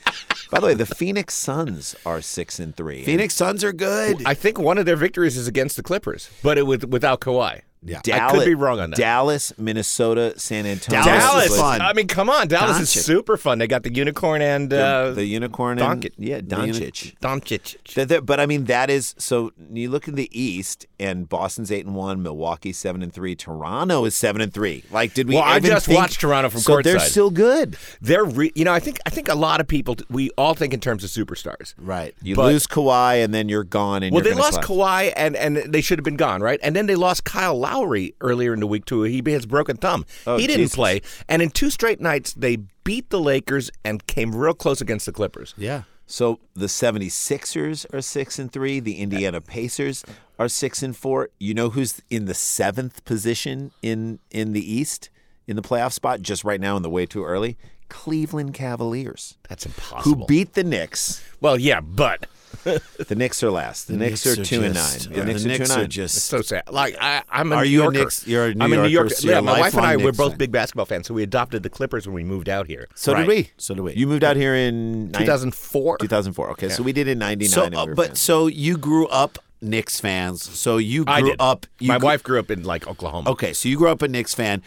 Speaker 2: By the way, the Phoenix Suns are six and three.
Speaker 3: Phoenix Suns are good.
Speaker 7: I think one of their victories is against the Clippers, but it was without Kawhi.
Speaker 3: yeah.
Speaker 2: Dallas,
Speaker 7: I could be wrong on that.
Speaker 2: Dallas, Minnesota, San Antonio.
Speaker 3: Dallas is
Speaker 7: Dallas,
Speaker 3: fun.
Speaker 7: I mean, come on, Dallas
Speaker 3: Doncic.
Speaker 7: is super fun. They got the unicorn and uh,
Speaker 2: the unicorn. And,
Speaker 7: Doncic.
Speaker 2: Yeah,
Speaker 7: The
Speaker 2: Doncic.
Speaker 7: Doncic.
Speaker 2: That- that- but I mean, that is so. You look in the East, and Boston's eight and one, Milwaukee seven and three, Toronto is seven and three. Like, did we?
Speaker 7: Well, I
Speaker 2: even
Speaker 7: just
Speaker 2: think-
Speaker 7: watched Toronto from
Speaker 2: so They're
Speaker 7: courtside.
Speaker 2: still good.
Speaker 7: They're, re- you know, I think I think a lot of people we all think in terms of superstars.
Speaker 3: Right.
Speaker 2: You
Speaker 7: But-
Speaker 2: lose Kawhi, and then you're gone. And
Speaker 7: Well,
Speaker 2: you're
Speaker 7: they
Speaker 2: gonna
Speaker 7: lost
Speaker 2: slide.
Speaker 7: Kawhi, and, and they should have been gone, right? And then they lost Kyle Lowry earlier in the week too. He has broken thumb.
Speaker 3: Oh,
Speaker 7: he didn't
Speaker 2: Jesus.
Speaker 7: play, and in two straight nights they beat the Lakers and came real close against the Clippers.
Speaker 3: Yeah.
Speaker 2: So the 76ers are 6 and 3, the Indiana Pacers are 6 and 4. You know who's in the 7th position in in the East in the playoff spot just right now in the way too early? Cleveland Cavaliers,
Speaker 7: That's
Speaker 2: who
Speaker 7: impossible.
Speaker 2: beat the Knicks.
Speaker 7: well, yeah, but
Speaker 2: The Knicks are last. The, Knicks, are 2 and 9.
Speaker 3: just- uh,
Speaker 2: The Knicks, are 2 and 9.
Speaker 3: just.
Speaker 7: so sad. Like I, I'm a
Speaker 3: Are
Speaker 7: New
Speaker 3: you a
Speaker 7: Yorker.
Speaker 3: Knicks- you're a New
Speaker 7: I'm a New
Speaker 3: Yorker,
Speaker 7: Yorker.
Speaker 3: so you're
Speaker 7: yeah,
Speaker 3: a
Speaker 7: my wife and
Speaker 3: lifelong
Speaker 7: I we're
Speaker 3: Knicks
Speaker 7: both
Speaker 3: fan.
Speaker 7: big basketball fans, so we adopted the Clippers when we moved out here.
Speaker 2: so
Speaker 3: Right.
Speaker 2: did we.
Speaker 3: So did we.
Speaker 2: You moved out here in 9-
Speaker 7: 2004.
Speaker 2: 2004. Okay, so we did in 99.
Speaker 3: So,
Speaker 2: and we
Speaker 3: uh,
Speaker 2: were
Speaker 3: but
Speaker 2: fans.
Speaker 3: so you grew up Knicks fans. So you grew
Speaker 7: I did.
Speaker 3: up. You
Speaker 7: my
Speaker 3: gr-
Speaker 7: wife grew up in like Oklahoma.
Speaker 3: Okay, so you grew up a Knicks fan.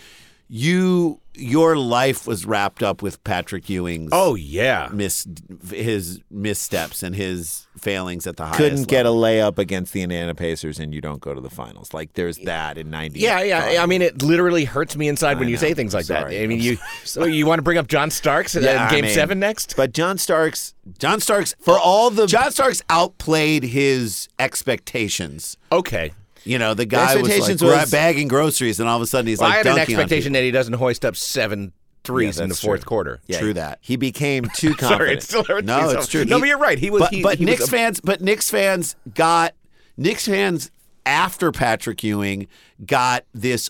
Speaker 3: You your life was wrapped up with Patrick Ewing's
Speaker 7: Oh yeah.
Speaker 3: mis his missteps and his failings at the highest.
Speaker 2: couldn't get a
Speaker 3: level.
Speaker 2: layup against the Indiana Pacers and you don't go to the finals. Like there's that in 90.
Speaker 7: Yeah, yeah. I mean, it literally hurts me inside when you say things like
Speaker 2: sorry.
Speaker 7: that. I mean, you you want to bring up John Starks in
Speaker 2: Yeah, I
Speaker 7: Game
Speaker 2: mean,
Speaker 7: Seven next?
Speaker 2: But John Starks,
Speaker 3: John Starks for all the John Starks outplayed his expectations.
Speaker 7: Okay.
Speaker 3: You know, the guy was like
Speaker 2: expectations
Speaker 3: "We're
Speaker 2: was-
Speaker 3: out bagging groceries, and all of a sudden he's
Speaker 7: Well,
Speaker 3: like
Speaker 7: I had an
Speaker 3: dunking on
Speaker 7: expectation that he doesn't hoist up seven threes
Speaker 2: Yeah,
Speaker 7: in the
Speaker 2: that's
Speaker 7: fourth
Speaker 2: true.
Speaker 7: quarter.
Speaker 2: yeah,
Speaker 3: True that.
Speaker 2: he became too confident.
Speaker 7: Sorry, it still hurts
Speaker 3: No,
Speaker 7: me. so-
Speaker 3: it's true.
Speaker 7: No,
Speaker 3: He-
Speaker 7: but you're right. He was.
Speaker 3: but
Speaker 7: he,
Speaker 3: but
Speaker 7: he was
Speaker 3: Knicks
Speaker 7: a-
Speaker 3: fans, but Knicks fans got Knicks fans after Patrick Ewing got this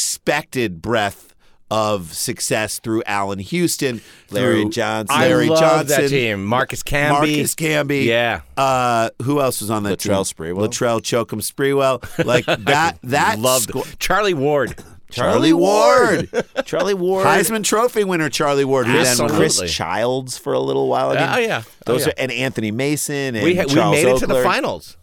Speaker 3: unexpected breath of success through Allen Houston,
Speaker 2: Larry
Speaker 3: through
Speaker 2: Johnson.
Speaker 7: I
Speaker 3: Larry
Speaker 7: love
Speaker 3: Johnson,
Speaker 7: that team. Marcus Camby.
Speaker 3: Marcus Camby.
Speaker 7: Yeah.
Speaker 3: Uh, who else was on that team?
Speaker 2: Latrell Sprewell.
Speaker 3: Latrell Chokum Sprewell. Like that. That
Speaker 7: loved
Speaker 3: squ-
Speaker 7: Charlie Ward.
Speaker 3: Charlie Ward.
Speaker 2: Charlie Ward,
Speaker 3: Heisman Trophy winner Charlie Ward. who then
Speaker 2: Chris,
Speaker 3: went on-
Speaker 2: Chris
Speaker 7: Absolutely.
Speaker 2: Childs for a little while. I mean,
Speaker 7: Oh, yeah. Oh,
Speaker 2: those
Speaker 7: yeah.
Speaker 2: Are, and Anthony Mason and
Speaker 7: we ha- we
Speaker 2: Charles
Speaker 7: made it to the
Speaker 2: Oakley.
Speaker 7: finals.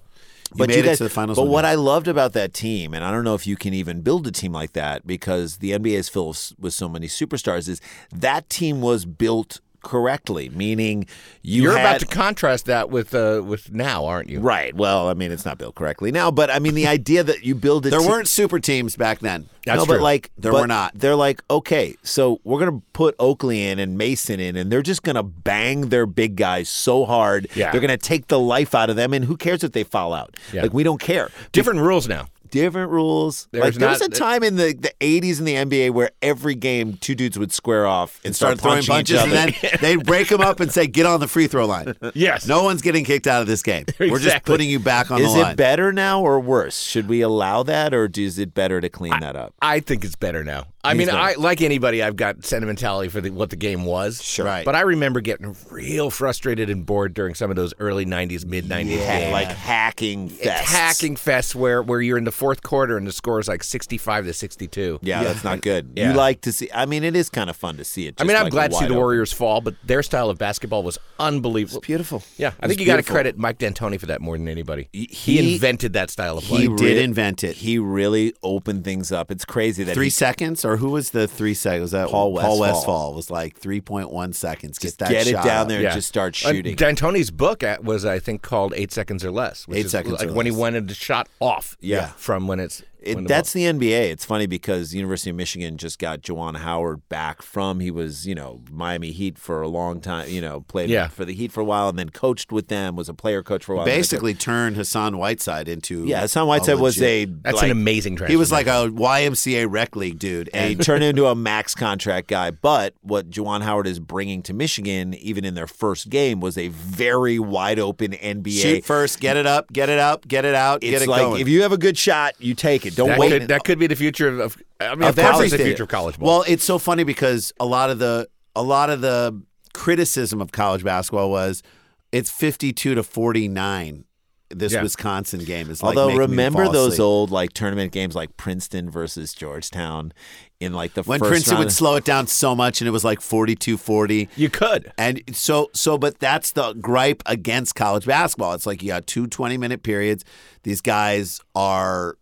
Speaker 2: But
Speaker 3: made
Speaker 2: you
Speaker 3: it
Speaker 2: guys,
Speaker 3: to the finals
Speaker 2: But
Speaker 3: one
Speaker 2: what
Speaker 3: year.
Speaker 2: I loved about that team, and I don't know if you can even build a team like that because the NBA is filled s- with so many superstars, is that team was built correctly. Meaning, you
Speaker 7: You're
Speaker 2: had-
Speaker 7: about to contrast that with uh, with now, aren't you?
Speaker 2: Right. Well, I mean, it's not built correctly now, but I mean, the idea that you build it.
Speaker 3: There weren't super teams back then.
Speaker 2: no, but like
Speaker 3: there
Speaker 2: but
Speaker 3: were not.
Speaker 2: They're like, okay, so we're gonna put Oakley in and Mason in, and they're just gonna bang their big guys so hard.
Speaker 7: Yeah.
Speaker 2: They're gonna take the life out of them, and who cares if they fall out?
Speaker 7: Yeah.
Speaker 2: Like we don't care.
Speaker 7: Different rules now.
Speaker 2: Different rules.
Speaker 7: There's
Speaker 2: like there was a
Speaker 7: not-
Speaker 2: time in the the eighties in the NBA where every game two dudes would square off and,
Speaker 3: start throwing
Speaker 2: punching
Speaker 3: punches,
Speaker 2: each
Speaker 3: and
Speaker 2: other.
Speaker 3: then they'd break them up and say, "Get on the free throw line."
Speaker 7: Yes.
Speaker 3: No one's getting kicked out of this game. We're just
Speaker 7: Exactly.
Speaker 3: putting you back on
Speaker 2: is
Speaker 3: the line.
Speaker 2: it better now or worse? Should we allow that, or do- is it better to clean that up?
Speaker 7: I think it's better now. I mean, I like anybody, I've got sentimentality for the, what the game was.
Speaker 3: Sure. Right.
Speaker 7: But I remember getting real frustrated and bored during some of those early '90s, mid '90s
Speaker 2: Ha-
Speaker 7: games.
Speaker 2: like hacking
Speaker 7: It's
Speaker 2: fests.
Speaker 7: hacking fest where where you're in the fourth quarter and the score is like 65 to 62.
Speaker 2: Yeah, that's not good.
Speaker 7: Yeah.
Speaker 2: You like to see. I mean, it is kind of fun to see it.
Speaker 7: I mean,
Speaker 2: just
Speaker 7: I'm
Speaker 2: like
Speaker 7: glad to see
Speaker 2: wide
Speaker 7: the
Speaker 2: open.
Speaker 7: Warriors fall, but their style of basketball was unbelievable.
Speaker 2: Beautiful.
Speaker 7: Yeah, I
Speaker 2: It
Speaker 7: think
Speaker 2: was
Speaker 7: you got to
Speaker 2: beautiful.
Speaker 7: credit Mike D'Antoni for that more than anybody. He,
Speaker 3: he-
Speaker 7: invented that style of play.
Speaker 3: He did
Speaker 2: re-
Speaker 3: invent it.
Speaker 2: He really opened things up. It's crazy that
Speaker 3: three
Speaker 2: he-
Speaker 3: seconds, or who was the three seconds? Was that
Speaker 2: Paul Westphal.
Speaker 3: Paul Westphal was like three point one seconds. Get
Speaker 2: Just
Speaker 3: that
Speaker 2: get it
Speaker 3: shot
Speaker 2: down
Speaker 3: up.
Speaker 2: there.
Speaker 7: yeah.
Speaker 2: just start
Speaker 7: And
Speaker 2: shooting.
Speaker 7: D'Antoni's book at- was, I think, called Eight Seconds or Less. Which
Speaker 3: Eight
Speaker 7: is
Speaker 3: Seconds
Speaker 7: like
Speaker 3: or
Speaker 7: when he
Speaker 3: Less.
Speaker 7: wanted the shot off.
Speaker 2: Yeah.
Speaker 7: From when it's
Speaker 2: It,
Speaker 7: When the
Speaker 2: that's the NBA. It's funny because the University of Michigan just got Jawan Howard back from he was you know Miami Heat for a long time. You know played
Speaker 7: Yeah.
Speaker 2: for the Heat for a while and then coached with them. Was a player coach for a while.
Speaker 3: Basically turned Hassan Whiteside into
Speaker 2: yeah. Hassan
Speaker 3: a
Speaker 2: Whiteside was a
Speaker 3: legit-
Speaker 7: That's
Speaker 2: like,
Speaker 7: an amazing transfer.
Speaker 3: he was like a YMCA rec league dude.
Speaker 2: and he
Speaker 3: And
Speaker 2: turned into a max contract guy. But what Juwan Howard is bringing to Michigan, even in their first game, was a very wide open NBA.
Speaker 3: shoot first, get it up, get it up, get it out, get
Speaker 2: it's
Speaker 3: it
Speaker 2: like
Speaker 3: going.
Speaker 2: if you have a good shot, you take it. Don't
Speaker 7: that
Speaker 2: wait.
Speaker 7: Could, that could be the future of. of I mean,
Speaker 2: Of
Speaker 7: of course, it's the
Speaker 2: everything.
Speaker 7: future of college ball.
Speaker 3: Well, it's so funny because a lot of the a lot of the criticism of college basketball was it's 52 to 49. This
Speaker 7: Yeah.
Speaker 3: Wisconsin game is like
Speaker 2: Although
Speaker 3: making me
Speaker 2: remember
Speaker 3: fall
Speaker 2: those
Speaker 3: asleep.
Speaker 2: old like tournament games like Princeton versus Georgetown in like the
Speaker 3: when
Speaker 2: first
Speaker 3: Princeton
Speaker 2: round.
Speaker 3: would slow it down so much and it was like 42-40.
Speaker 7: you could.
Speaker 3: And so, so, but that's the gripe against college basketball. It's like you got two 20 minute periods. These guys are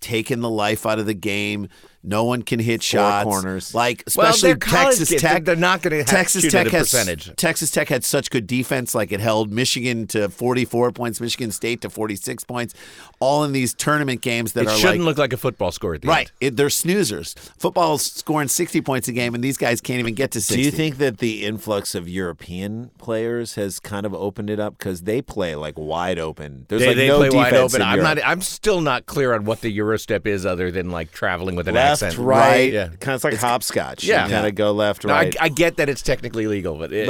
Speaker 3: taking the life out of the game. No one can hit shots.
Speaker 2: corners.
Speaker 3: Like,
Speaker 7: Well,
Speaker 3: especially
Speaker 7: they're college
Speaker 3: Texas
Speaker 7: kids.
Speaker 3: Tech.
Speaker 7: They're- they're not gonna have-
Speaker 3: Texas
Speaker 7: shoot
Speaker 3: Tech
Speaker 7: at a
Speaker 3: has,
Speaker 7: percentage.
Speaker 3: Texas Tech had such good defense. Like, it held Michigan to 44 points, Michigan State to 46 points, all in these tournament games that
Speaker 7: It
Speaker 3: are
Speaker 7: shouldn't
Speaker 3: like,
Speaker 7: look like a football score at the
Speaker 3: Right,
Speaker 7: end.
Speaker 3: it, they're snoozers. Football's scoring sixty points a game, and these guys can't even get to sixty.
Speaker 2: Do you think that the influx of European players has kind of opened it up because they play like wide open? There's
Speaker 7: They,
Speaker 2: like
Speaker 7: they
Speaker 2: no
Speaker 7: play
Speaker 2: defense
Speaker 7: wide open.
Speaker 2: in
Speaker 7: I'm
Speaker 2: Europe.
Speaker 7: not. I'm still not clear on what the Eurostep is, other than like traveling with an
Speaker 2: left,
Speaker 7: accent.
Speaker 2: right,
Speaker 7: Yeah.
Speaker 2: kind of like hopscotch.
Speaker 7: yeah.
Speaker 2: kind of go left,
Speaker 7: No, I,
Speaker 2: right.
Speaker 7: I get that it's technically legal, but it,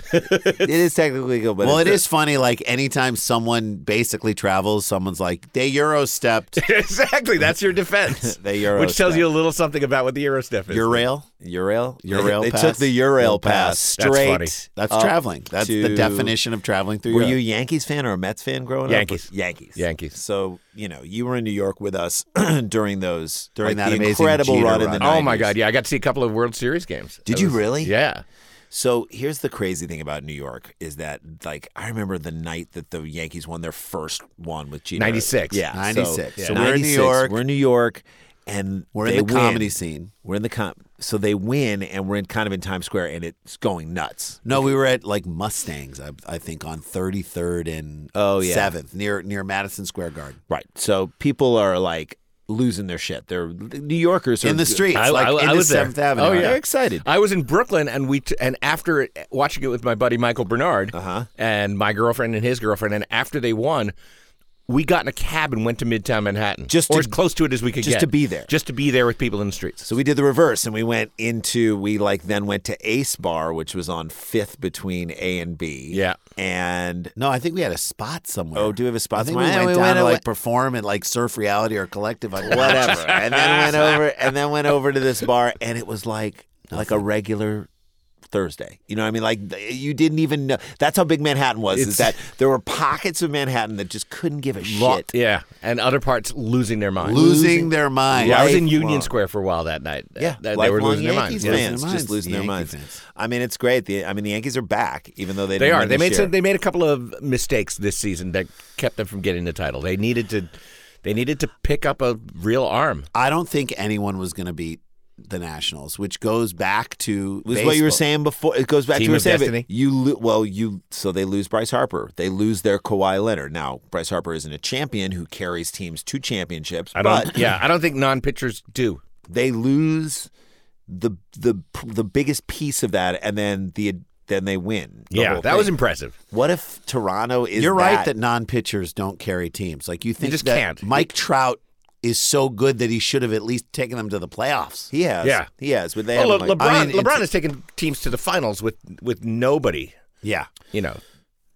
Speaker 2: it is technically legal, but
Speaker 3: well, it
Speaker 2: it's-
Speaker 3: is funny. Like anytime someone basically travels, someone's like, "They Euro stepped
Speaker 7: exactly that's your defense.
Speaker 2: The Euro
Speaker 7: which tells
Speaker 2: step.
Speaker 7: you a little something about what the Eurostep is.
Speaker 3: your rail."
Speaker 2: Urail.
Speaker 3: Urail
Speaker 2: They
Speaker 3: pass?
Speaker 2: took the Urail
Speaker 3: Urail
Speaker 2: pass
Speaker 3: pass.
Speaker 7: That's
Speaker 2: straight.
Speaker 7: funny.
Speaker 3: That's
Speaker 2: up
Speaker 3: traveling. That's the
Speaker 2: to-
Speaker 3: definition of traveling through
Speaker 2: Were you a
Speaker 3: Europe.
Speaker 2: Yankees fan or a Mets fan growing
Speaker 7: Yankees.
Speaker 2: up? Yankees.
Speaker 7: Yankees.
Speaker 2: So you know you were in New York with us during those during
Speaker 3: Like
Speaker 2: that
Speaker 3: the amazing
Speaker 2: incredible
Speaker 3: Jeter
Speaker 2: run in the
Speaker 3: run.
Speaker 7: Oh my
Speaker 2: 90s.
Speaker 7: God! Yeah, I got to see a couple of World Series games.
Speaker 2: Did
Speaker 7: That
Speaker 2: you
Speaker 7: was-
Speaker 2: really?
Speaker 7: Yeah.
Speaker 2: So here's the crazy thing about New York is that like I remember the night that the Yankees won their first one with Jeter.
Speaker 7: 96.
Speaker 2: Yeah, so-
Speaker 3: 96.
Speaker 2: So,
Speaker 3: So we're in New
Speaker 2: 96,
Speaker 3: York.
Speaker 2: We're in New York, and
Speaker 3: We're in
Speaker 2: they
Speaker 3: the comedy
Speaker 2: win.
Speaker 3: scene.
Speaker 2: We're in the com. So they win, and we're in kind of in Times Square, and it's going nuts.
Speaker 3: No, we were at like Mustangs, I, I think, on 33rd and
Speaker 2: Oh, yeah.
Speaker 3: 7th near near Madison Square Garden.
Speaker 2: Right. So people are like losing their shit. They're New Yorkers are
Speaker 3: In the streets,
Speaker 7: I-
Speaker 3: like
Speaker 7: I-
Speaker 3: in
Speaker 7: I
Speaker 3: the
Speaker 7: was there.
Speaker 3: 7th Avenue.
Speaker 7: Oh, yeah.
Speaker 2: They're excited.
Speaker 7: I was in Brooklyn, and we t- and after it- watching it with my buddy Michael Bernard
Speaker 2: Uh-huh.
Speaker 7: and my girlfriend and his girlfriend, and after they won, we got in a cab and went to Midtown Manhattan,
Speaker 2: Just
Speaker 7: or
Speaker 2: to-
Speaker 7: as close to it as we could
Speaker 2: just
Speaker 7: get,
Speaker 2: to be there.
Speaker 7: just to be there with people in the streets.
Speaker 2: So we did the reverse, and we went into we like then went to Ace Bar, which was on Fifth between A and B.
Speaker 7: Yeah.
Speaker 2: and
Speaker 3: No, I think we had a spot somewhere.
Speaker 2: Oh, do we have a spot
Speaker 3: I think
Speaker 2: somewhere?
Speaker 3: we
Speaker 2: Yeah,
Speaker 3: went
Speaker 2: we
Speaker 3: down
Speaker 2: went
Speaker 3: to
Speaker 2: away-
Speaker 3: like perform at like Surf Reality or Collective. I-
Speaker 2: whatever, and then went over and then went over to this bar, and it was like like a regular. Thursday, you know what I mean? Like th- you didn't even know. That's how big Manhattan was. is
Speaker 7: It's-
Speaker 2: that there were pockets of Manhattan that just couldn't give a
Speaker 7: Lo-
Speaker 2: shit.
Speaker 7: yeah, and other parts losing their mind.
Speaker 3: losing their mind.
Speaker 7: Yeah, I was in
Speaker 2: Lifelong.
Speaker 7: Union Square for a while that night.
Speaker 2: Yeah,
Speaker 7: they, they were
Speaker 2: lifelong
Speaker 7: losing their
Speaker 2: Yankees
Speaker 7: minds.
Speaker 3: yeah.
Speaker 2: fans,
Speaker 3: Losing their
Speaker 2: just losing their minds.
Speaker 3: minds. Yankee fans.
Speaker 2: I mean, it's great. The, I mean, the Yankees are back, even though they
Speaker 7: They
Speaker 2: didn't
Speaker 7: are.
Speaker 2: win
Speaker 7: They
Speaker 2: this
Speaker 7: made
Speaker 2: year.
Speaker 7: some, they made a couple of mistakes this season that kept them from getting the title. They needed to they needed to pick up a real arm.
Speaker 3: I don't think anyone was going to beat the Nationals, which goes back to
Speaker 2: was what you were
Speaker 3: baseball.
Speaker 2: saying before. It goes back
Speaker 7: Team
Speaker 2: to what
Speaker 7: of
Speaker 2: you were saying.
Speaker 7: destiny.
Speaker 2: but You lo- well, you so they lose Bryce Harper. They lose their Kawhi Leonard. Now Bryce Harper isn't a champion who carries teams to championships,
Speaker 7: I don't.
Speaker 2: but
Speaker 7: yeah, I don't think non pitchers do.
Speaker 2: they lose the the the biggest piece of that, and then the then they win. the
Speaker 7: yeah,
Speaker 2: whole
Speaker 7: that was
Speaker 2: thing.
Speaker 7: impressive.
Speaker 2: What if Toronto is?
Speaker 3: You're right
Speaker 2: that
Speaker 3: that non-pitchers don't carry teams. Like you think
Speaker 7: just
Speaker 3: that
Speaker 7: can't.
Speaker 3: Mike Trout is so good that he should have at least taken them to the playoffs.
Speaker 2: he has.
Speaker 7: Yeah.
Speaker 2: he has. But they
Speaker 7: Well,
Speaker 2: haven't,
Speaker 7: Le-
Speaker 2: like-
Speaker 7: LeBron
Speaker 3: Oh, I mean, it's-
Speaker 7: LeBron has taken teams to the finals with with nobody.
Speaker 3: Yeah.
Speaker 7: You know,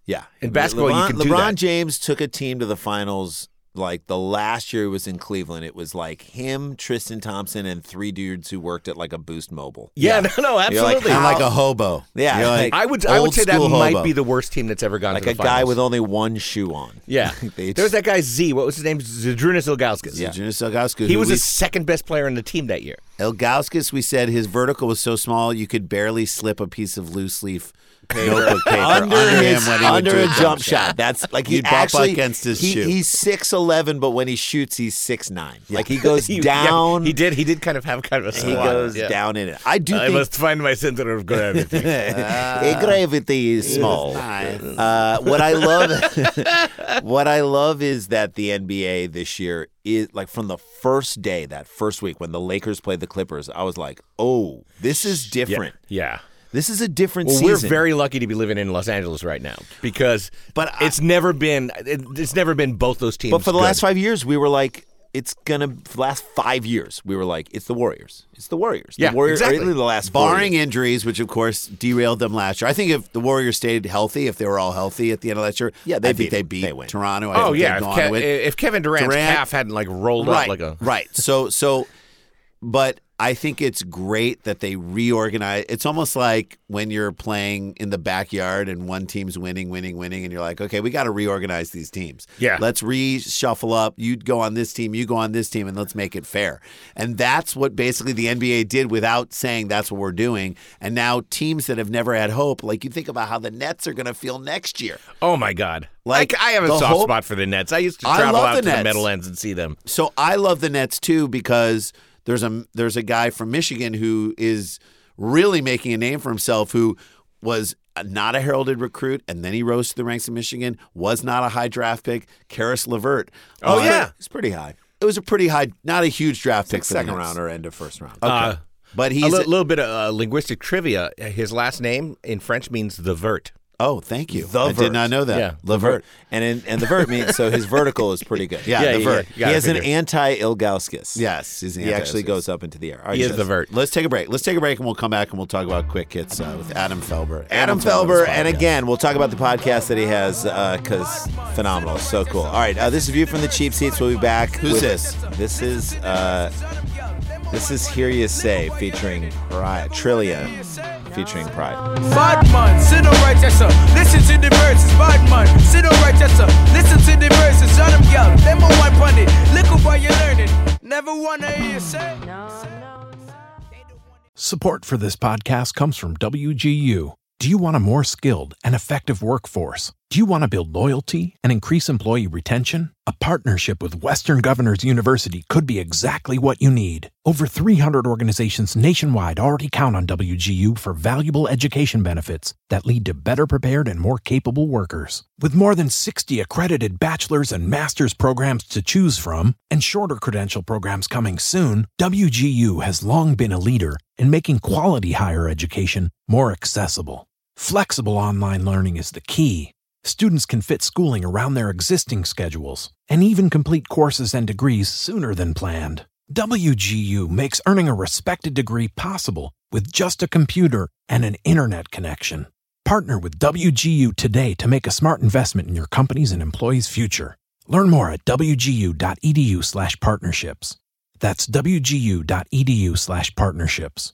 Speaker 2: Yeah.
Speaker 7: In basketball, you
Speaker 2: LeBron,
Speaker 7: can
Speaker 2: LeBron
Speaker 7: do that.
Speaker 2: James took a team to the finals like the last year he was in Cleveland. It was like him, Tristan Thompson, and three dudes who worked at like a Boost Mobile.
Speaker 7: Yeah, no, no,
Speaker 2: You're like,
Speaker 7: absolutely.
Speaker 3: And
Speaker 2: how-
Speaker 3: like a hobo.
Speaker 2: Yeah,
Speaker 3: You're like
Speaker 7: I would I would
Speaker 3: old
Speaker 7: say that
Speaker 3: school
Speaker 7: might
Speaker 3: hobo.
Speaker 7: be the worst team that's ever gone
Speaker 2: Like
Speaker 7: to
Speaker 2: a
Speaker 7: the
Speaker 2: guy
Speaker 7: finals.
Speaker 2: with only one shoe on.
Speaker 7: yeah.
Speaker 2: They
Speaker 7: there
Speaker 2: just-
Speaker 7: was that guy Z. What was his name? Zdrunas Ilgauskas.
Speaker 3: Yeah. Junior Ilgauskas,
Speaker 7: He
Speaker 3: who
Speaker 7: was
Speaker 3: we,
Speaker 7: the second best player on the team that year.
Speaker 3: Ilgauskas. We said his vertical was so small you could barely slip a piece of loose leaf
Speaker 2: paper, notebook paper
Speaker 3: under
Speaker 2: under,
Speaker 3: his-
Speaker 2: him when he would
Speaker 3: under
Speaker 2: do
Speaker 3: a
Speaker 2: a
Speaker 3: jump
Speaker 2: jump shot. That's like he
Speaker 3: You'd bump
Speaker 2: actually
Speaker 3: against his
Speaker 2: he-
Speaker 3: shoe.
Speaker 2: He's six eleven, but when he shoots, he's six nine. Like he goes
Speaker 7: He- yeah,
Speaker 2: down.
Speaker 7: he did. He did kind of have kind of a.
Speaker 2: He
Speaker 7: swan,
Speaker 2: goes
Speaker 7: yeah.
Speaker 2: down in it. I do
Speaker 7: I
Speaker 2: think
Speaker 7: must find my center of gravity.
Speaker 2: Uh, gravity is small. Uh, what I love, what I love is that the NBA this year is like from the first day, that first week when the Lakers played the Clippers, I was like, oh, this is different.
Speaker 7: yeah.
Speaker 2: This is a different
Speaker 7: Well,
Speaker 2: season.
Speaker 7: we're very lucky to be living in Los Angeles right now because,
Speaker 2: But I-
Speaker 7: it's never been it, it's never been both those teams.
Speaker 2: but for the
Speaker 7: good.
Speaker 2: last five years, we were like. It's gonna for the last five years. We were like, it's the Warriors. It's the Warriors.
Speaker 7: Yeah,
Speaker 2: the Warriors.
Speaker 7: exactly.
Speaker 2: Really, the last four
Speaker 3: Barring
Speaker 2: years.
Speaker 3: injuries, which of course derailed them last year. I think if the Warriors stayed healthy, if they were all healthy at the end of last year,
Speaker 2: Yeah, they
Speaker 3: I
Speaker 2: beat
Speaker 3: think they
Speaker 2: them.
Speaker 3: beat
Speaker 2: They win.
Speaker 3: Toronto. I
Speaker 7: oh
Speaker 3: think
Speaker 7: yeah,
Speaker 3: they'd
Speaker 7: if,
Speaker 3: gone
Speaker 7: Ke-
Speaker 3: with-
Speaker 7: if Kevin Durant's
Speaker 3: Durant-
Speaker 7: calf hadn't like rolled
Speaker 3: right,
Speaker 7: up like a
Speaker 3: right. So so, but I think it's great that they reorganize. It's almost like when you're playing in the backyard and one team's winning, winning, winning, and you're like, okay, we got to reorganize these teams.
Speaker 7: Yeah.
Speaker 3: let's reshuffle up. You go on this team, you go on this team, and let's make it fair. And that's what basically the NBA did without saying that's what we're doing. And now teams that have never had hope, like you think about how the Nets are going to feel next year.
Speaker 7: oh my god.
Speaker 3: Like,
Speaker 7: Like I, have a
Speaker 3: the
Speaker 7: soft
Speaker 3: whole-
Speaker 7: spot for the Nets. I used to
Speaker 3: I
Speaker 7: travel
Speaker 3: love
Speaker 7: out
Speaker 3: the
Speaker 7: to the
Speaker 3: Nets.
Speaker 7: Meadowlands and see them.
Speaker 3: So I love the Nets too because there's a there's a guy from Michigan who is really making a name for himself who was not a heralded recruit and then he rose to the ranks in Michigan, was not a high draft pick, Karis Levert.
Speaker 7: Oh,
Speaker 3: Uh,
Speaker 7: yeah.
Speaker 3: It's pretty high. It was a pretty high, not a huge draft pick, for the
Speaker 2: second
Speaker 3: Nets.
Speaker 2: round or end of first round.
Speaker 7: Uh,
Speaker 3: But he's
Speaker 7: a li- little bit of uh, linguistic trivia. His last name in French means the vert.
Speaker 3: Oh, thank you.
Speaker 2: The
Speaker 3: I
Speaker 2: vert.
Speaker 3: did not know that.
Speaker 7: Yeah.
Speaker 3: Levert.
Speaker 2: And in, and the vert means so his vertical is pretty good.
Speaker 3: Yeah, Yeah, the yeah, vert.
Speaker 7: yeah. You
Speaker 2: He
Speaker 7: gotta
Speaker 2: has an
Speaker 7: figure.
Speaker 2: anti Ilgauskas.
Speaker 3: Yes, he's an
Speaker 2: he actually
Speaker 3: anti-Semitic.
Speaker 2: goes up into the air. All right,
Speaker 7: He is
Speaker 2: so-
Speaker 7: the vert.
Speaker 3: Let's take a break. Let's take a break and we'll come back and we'll talk about quick hits uh, with Adam Felber.
Speaker 2: Adam Felber,
Speaker 3: Felber's
Speaker 2: and
Speaker 3: podcast.
Speaker 2: again, we'll talk about the podcast that he has because phenomenal, so cool. All right, uh, this is View from the Cheap Seats. We'll be back.
Speaker 3: Who's
Speaker 2: with-
Speaker 3: this?
Speaker 2: This is uh, this is Hear You Say featuring Pride, Trillia featuring Pride.
Speaker 6: Bad man, sit on right, yes sir. Listen to the verses, bad man. Sit on right, yes sir. Listen to the verses, on them yell. Them on one pundit. Look up what you're learning. Never wanna hear you say.
Speaker 4: Support for this podcast comes from WGU. Do you want a more skilled and effective workforce? Do you want to build loyalty and increase employee retention? A partnership with Western Governors University could be exactly what you need. Over 300 organizations nationwide already count on WGU for valuable education benefits that lead to better prepared and more capable workers. With more than 60 accredited bachelor's and master's programs to choose from, and shorter credential programs coming soon, WGU has long been a leader in making quality higher education more accessible. Flexible online learning is the key. Students can fit schooling around their existing schedules and even complete courses and degrees sooner than planned. WGU makes earning a respected degree possible with just a computer and an internet connection. Partner with WGU today to make a smart investment in your company's and employees' future. Learn more at wgu.edu/partnerships. That's wgu.edu/partnerships.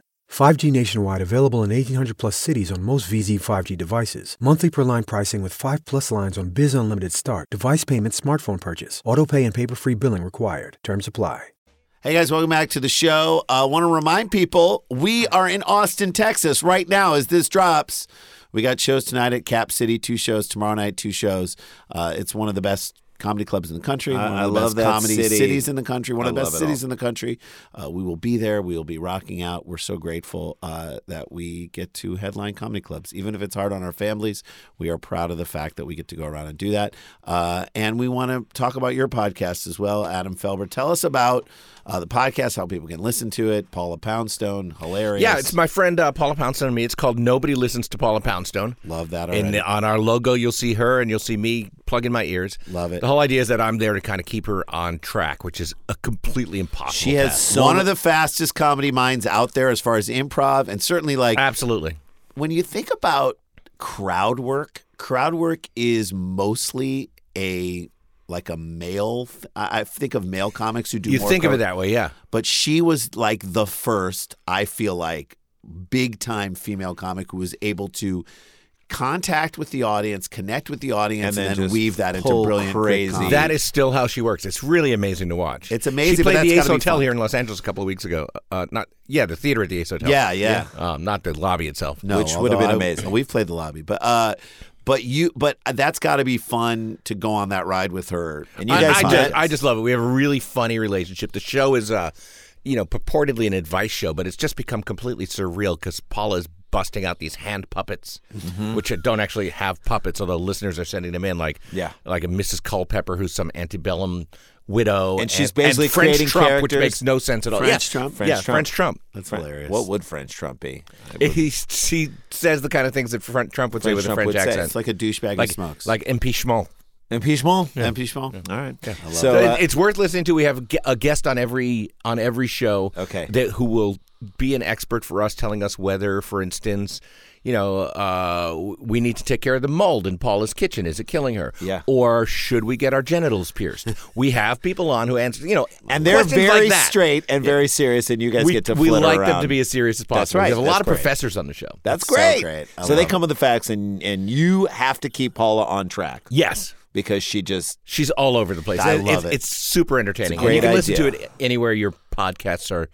Speaker 6: 5G nationwide available in 1800 plus cities on most VZ 5G devices. Monthly per line pricing with 5 plus lines on Biz Unlimited Start. Device payment, smartphone purchase. Auto pay and paper free billing required. Terms apply.
Speaker 3: Hey guys, welcome back to the show. I uh, want to remind people we are in Austin, Texas right now as this drops. We got shows tonight at Cap City, two shows tomorrow night, two shows. Uh, it's one of the best comedy clubs in the country.
Speaker 2: I-
Speaker 3: one of
Speaker 2: I
Speaker 3: the
Speaker 2: love
Speaker 3: best
Speaker 2: that
Speaker 3: comedy
Speaker 2: city.
Speaker 3: cities in the country. One of
Speaker 2: I
Speaker 3: the best
Speaker 2: love it
Speaker 3: cities
Speaker 2: all.
Speaker 3: in the country. Uh, we will be there. We will be rocking out. We're so grateful uh, that we get to headline comedy clubs, even if it's hard on our families. We are proud of the fact that we get to go around and do that. Uh, and we want to talk about your podcast as well, Adam Felber. Tell us about uh, the podcast, how people can listen to it. Paula Poundstone, hilarious.
Speaker 7: Yeah, it's my friend uh, Paula Poundstone and me. It's called Nobody Listens to Paula Poundstone.
Speaker 3: love that already.
Speaker 7: And on our logo, you'll see her and you'll see me plugging my ears.
Speaker 3: Love it.
Speaker 7: The whole idea is that I'm there to kind of keep her on track, which is a completely impossible.
Speaker 3: she has
Speaker 7: task.
Speaker 3: one of the fastest comedy minds out there as far as improv, and certainly like
Speaker 7: absolutely.
Speaker 3: when you think about crowd work, crowd work is mostly a like a male. Th- I I think of male comics who do.
Speaker 7: You
Speaker 3: more
Speaker 7: think of
Speaker 3: co-
Speaker 7: it that way, yeah.
Speaker 3: but she was like the first. I feel like big time female comic who was able to contact with the audience, connect with the audience,
Speaker 2: And
Speaker 3: and
Speaker 2: then
Speaker 3: then,
Speaker 2: just
Speaker 3: weave that into
Speaker 2: pull
Speaker 3: brilliant,
Speaker 2: crazy.
Speaker 3: crazy.
Speaker 7: That is still how she works. It's really amazing to watch.
Speaker 3: It's amazing,
Speaker 7: She
Speaker 3: but
Speaker 7: played
Speaker 3: that's
Speaker 7: the Ace
Speaker 3: gotta be
Speaker 7: Hotel
Speaker 3: fun.
Speaker 7: here in Los Angeles a couple of weeks ago. Uh, not yeah, the theater at the Ace Hotel.
Speaker 3: Yeah, yeah.
Speaker 7: Um, not the lobby itself.
Speaker 3: No,
Speaker 2: Which would have been
Speaker 3: although I-
Speaker 2: amazing.
Speaker 3: We've played the lobby, but uh, but you, but that's got to be fun to go on that ride with her. And
Speaker 2: you
Speaker 7: I,
Speaker 2: guys
Speaker 7: I
Speaker 2: find
Speaker 7: just,
Speaker 2: it?
Speaker 7: I just love it. We have a really funny relationship. The show is, uh, you know, purportedly an advice show, but it's just become completely surreal because Paula's busting out these hand puppets,
Speaker 3: Mm-hmm.
Speaker 7: which don't actually have puppets, although listeners are sending them in, like
Speaker 2: Yeah.
Speaker 7: like a Mrs. Culpepper who's some antebellum widow,
Speaker 2: And she's basically
Speaker 7: French
Speaker 2: creating
Speaker 7: Trump, which
Speaker 2: characters.
Speaker 7: makes no sense at all.
Speaker 3: French
Speaker 7: yeah.
Speaker 3: Trump?
Speaker 7: French yeah, Trump. French Trump.
Speaker 3: that's
Speaker 2: Fran-
Speaker 3: hilarious.
Speaker 2: What would French Trump be?
Speaker 7: He she says the kind of things that French Trump would say
Speaker 2: French
Speaker 7: with
Speaker 2: Trump
Speaker 7: a
Speaker 2: would
Speaker 7: French
Speaker 2: say.
Speaker 7: accent,
Speaker 3: it's like a douchebag who smokes.
Speaker 7: like impeachment.
Speaker 2: Impeachment.
Speaker 3: impeachment.
Speaker 2: All right.
Speaker 7: So
Speaker 2: So uh,
Speaker 7: it- it's worth listening to. We have a gue- a guest on every on every show.
Speaker 2: Okay.
Speaker 7: that who will be an expert for us, telling us whether, for instance, you know, uh, w- we need to take care of the mold in Paula's kitchen. Is it killing her?
Speaker 2: Yeah.
Speaker 7: Or should we get our genitals pierced? we have people on who answer. You know,
Speaker 2: and they're
Speaker 7: questions
Speaker 2: very
Speaker 7: like that.
Speaker 2: straight and very serious, and you guys
Speaker 7: We,
Speaker 2: get to
Speaker 7: we
Speaker 2: flitter
Speaker 7: like them
Speaker 2: around.
Speaker 7: to be as serious as possible.
Speaker 2: That's right.
Speaker 7: We have a
Speaker 2: That's
Speaker 7: lot of
Speaker 2: great.
Speaker 7: professors on the show.
Speaker 2: That's
Speaker 3: so
Speaker 2: great.
Speaker 3: great. I
Speaker 2: So they
Speaker 3: love
Speaker 2: come with the facts, and and you have to keep Paula on track
Speaker 7: yes.
Speaker 2: because she just
Speaker 7: She's all over the place.
Speaker 2: I
Speaker 7: It's-
Speaker 2: love
Speaker 7: it's,
Speaker 2: it.
Speaker 7: It's super entertaining.
Speaker 2: great
Speaker 7: and you can listen to
Speaker 2: idea.
Speaker 7: it anywhere your podcasts are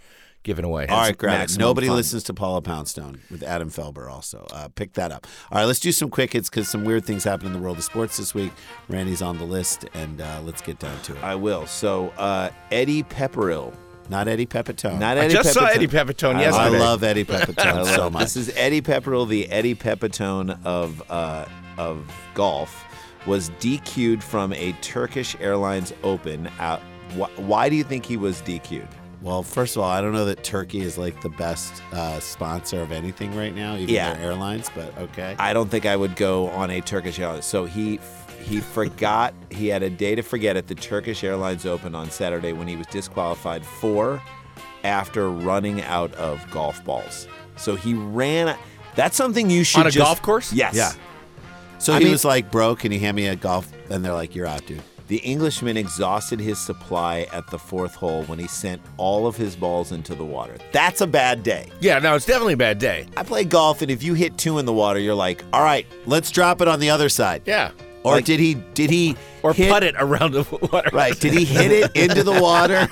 Speaker 7: given away.
Speaker 3: All right, Greg.
Speaker 2: maximum
Speaker 3: Nobody
Speaker 2: fun.
Speaker 3: listens to Paula Poundstone with Adam Felber. Also, uh, pick that up. All right, let's do some quick hits because some weird things happened in the world of sports this week. Randy's on the list, and uh, let's get down to it.
Speaker 2: I will. So uh, Eddie Pepperell,
Speaker 3: Not Eddie Pepitone.
Speaker 2: not
Speaker 7: I
Speaker 2: Eddie.
Speaker 7: just saw
Speaker 2: Pepitone.
Speaker 7: Eddie Pepitone
Speaker 2: I-
Speaker 3: I
Speaker 7: yesterday.
Speaker 3: love Eddie
Speaker 2: I
Speaker 3: Pepitone
Speaker 2: love
Speaker 3: so
Speaker 2: it.
Speaker 3: much.
Speaker 2: This is Eddie Pepperell, the Eddie Pepitone of uh, of golf, was DQ'd from a Turkish Airlines Open. Out. Why, why do you think he was DQ'd?
Speaker 3: Well, first of all, I don't know that Turkey is like the best uh, sponsor of anything right now, even
Speaker 2: Yeah.
Speaker 3: their airlines. But okay,
Speaker 2: I don't think I would go on a Turkish Airlines. So he he forgot he had a day to forget at the Turkish Airlines Open on Saturday when he was disqualified for after running out of golf balls. So he ran. That's something you should
Speaker 7: On a
Speaker 2: just-
Speaker 7: golf course?
Speaker 2: Yes.
Speaker 3: Yeah. so
Speaker 2: I
Speaker 3: he
Speaker 2: mean-
Speaker 3: was like, "Bro, can you hand me a golf?" And they're like, "You're out, dude."
Speaker 2: The Englishman exhausted his supply at the fourth hole when he sent all of his balls into the water. That's a bad day.
Speaker 7: Yeah, no, it's definitely a bad day.
Speaker 2: I play golf, and if you hit two in the water, you're like, all right,
Speaker 3: Let's drop it on the other side.
Speaker 7: Yeah.
Speaker 3: Or
Speaker 2: Like-
Speaker 3: did he? Did he?
Speaker 7: Or
Speaker 3: hit-
Speaker 7: put it around the water.
Speaker 3: Right. Did he hit it into the water?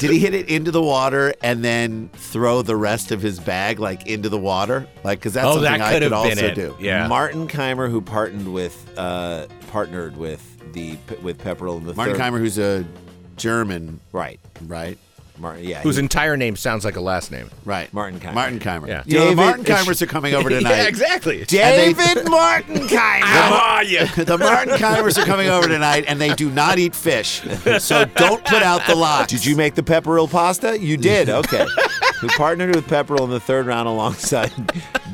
Speaker 3: Did he hit it into the water and then throw the rest of his bag like into the water? Like, because that's
Speaker 7: Oh,
Speaker 3: something
Speaker 7: that
Speaker 3: I could
Speaker 7: could have
Speaker 3: also
Speaker 7: been it.
Speaker 3: do.
Speaker 7: Yeah.
Speaker 2: Martin Keimer, who partnered with uh, partnered with the with Pepperell in the
Speaker 3: Martin
Speaker 2: third.
Speaker 3: Keimer, who's a German,
Speaker 2: right?
Speaker 3: right?
Speaker 2: Martin, yeah,
Speaker 7: Whose
Speaker 2: he-
Speaker 7: entire name sounds like a last name.
Speaker 3: Right.
Speaker 2: Martin Keimer.
Speaker 3: Martin Keimer.
Speaker 7: Yeah.
Speaker 3: You know, the
Speaker 2: David-
Speaker 3: Martin Keimers are coming over tonight.
Speaker 7: yeah, exactly.
Speaker 3: And they-
Speaker 2: David Martin Keimer.
Speaker 7: How are you?
Speaker 3: the Martin Keimers are coming over tonight, and they do not eat fish, so don't put out the lot.
Speaker 2: Did you make the pepperell pasta? You did. Okay. Who partnered with Pepperell in the third round alongside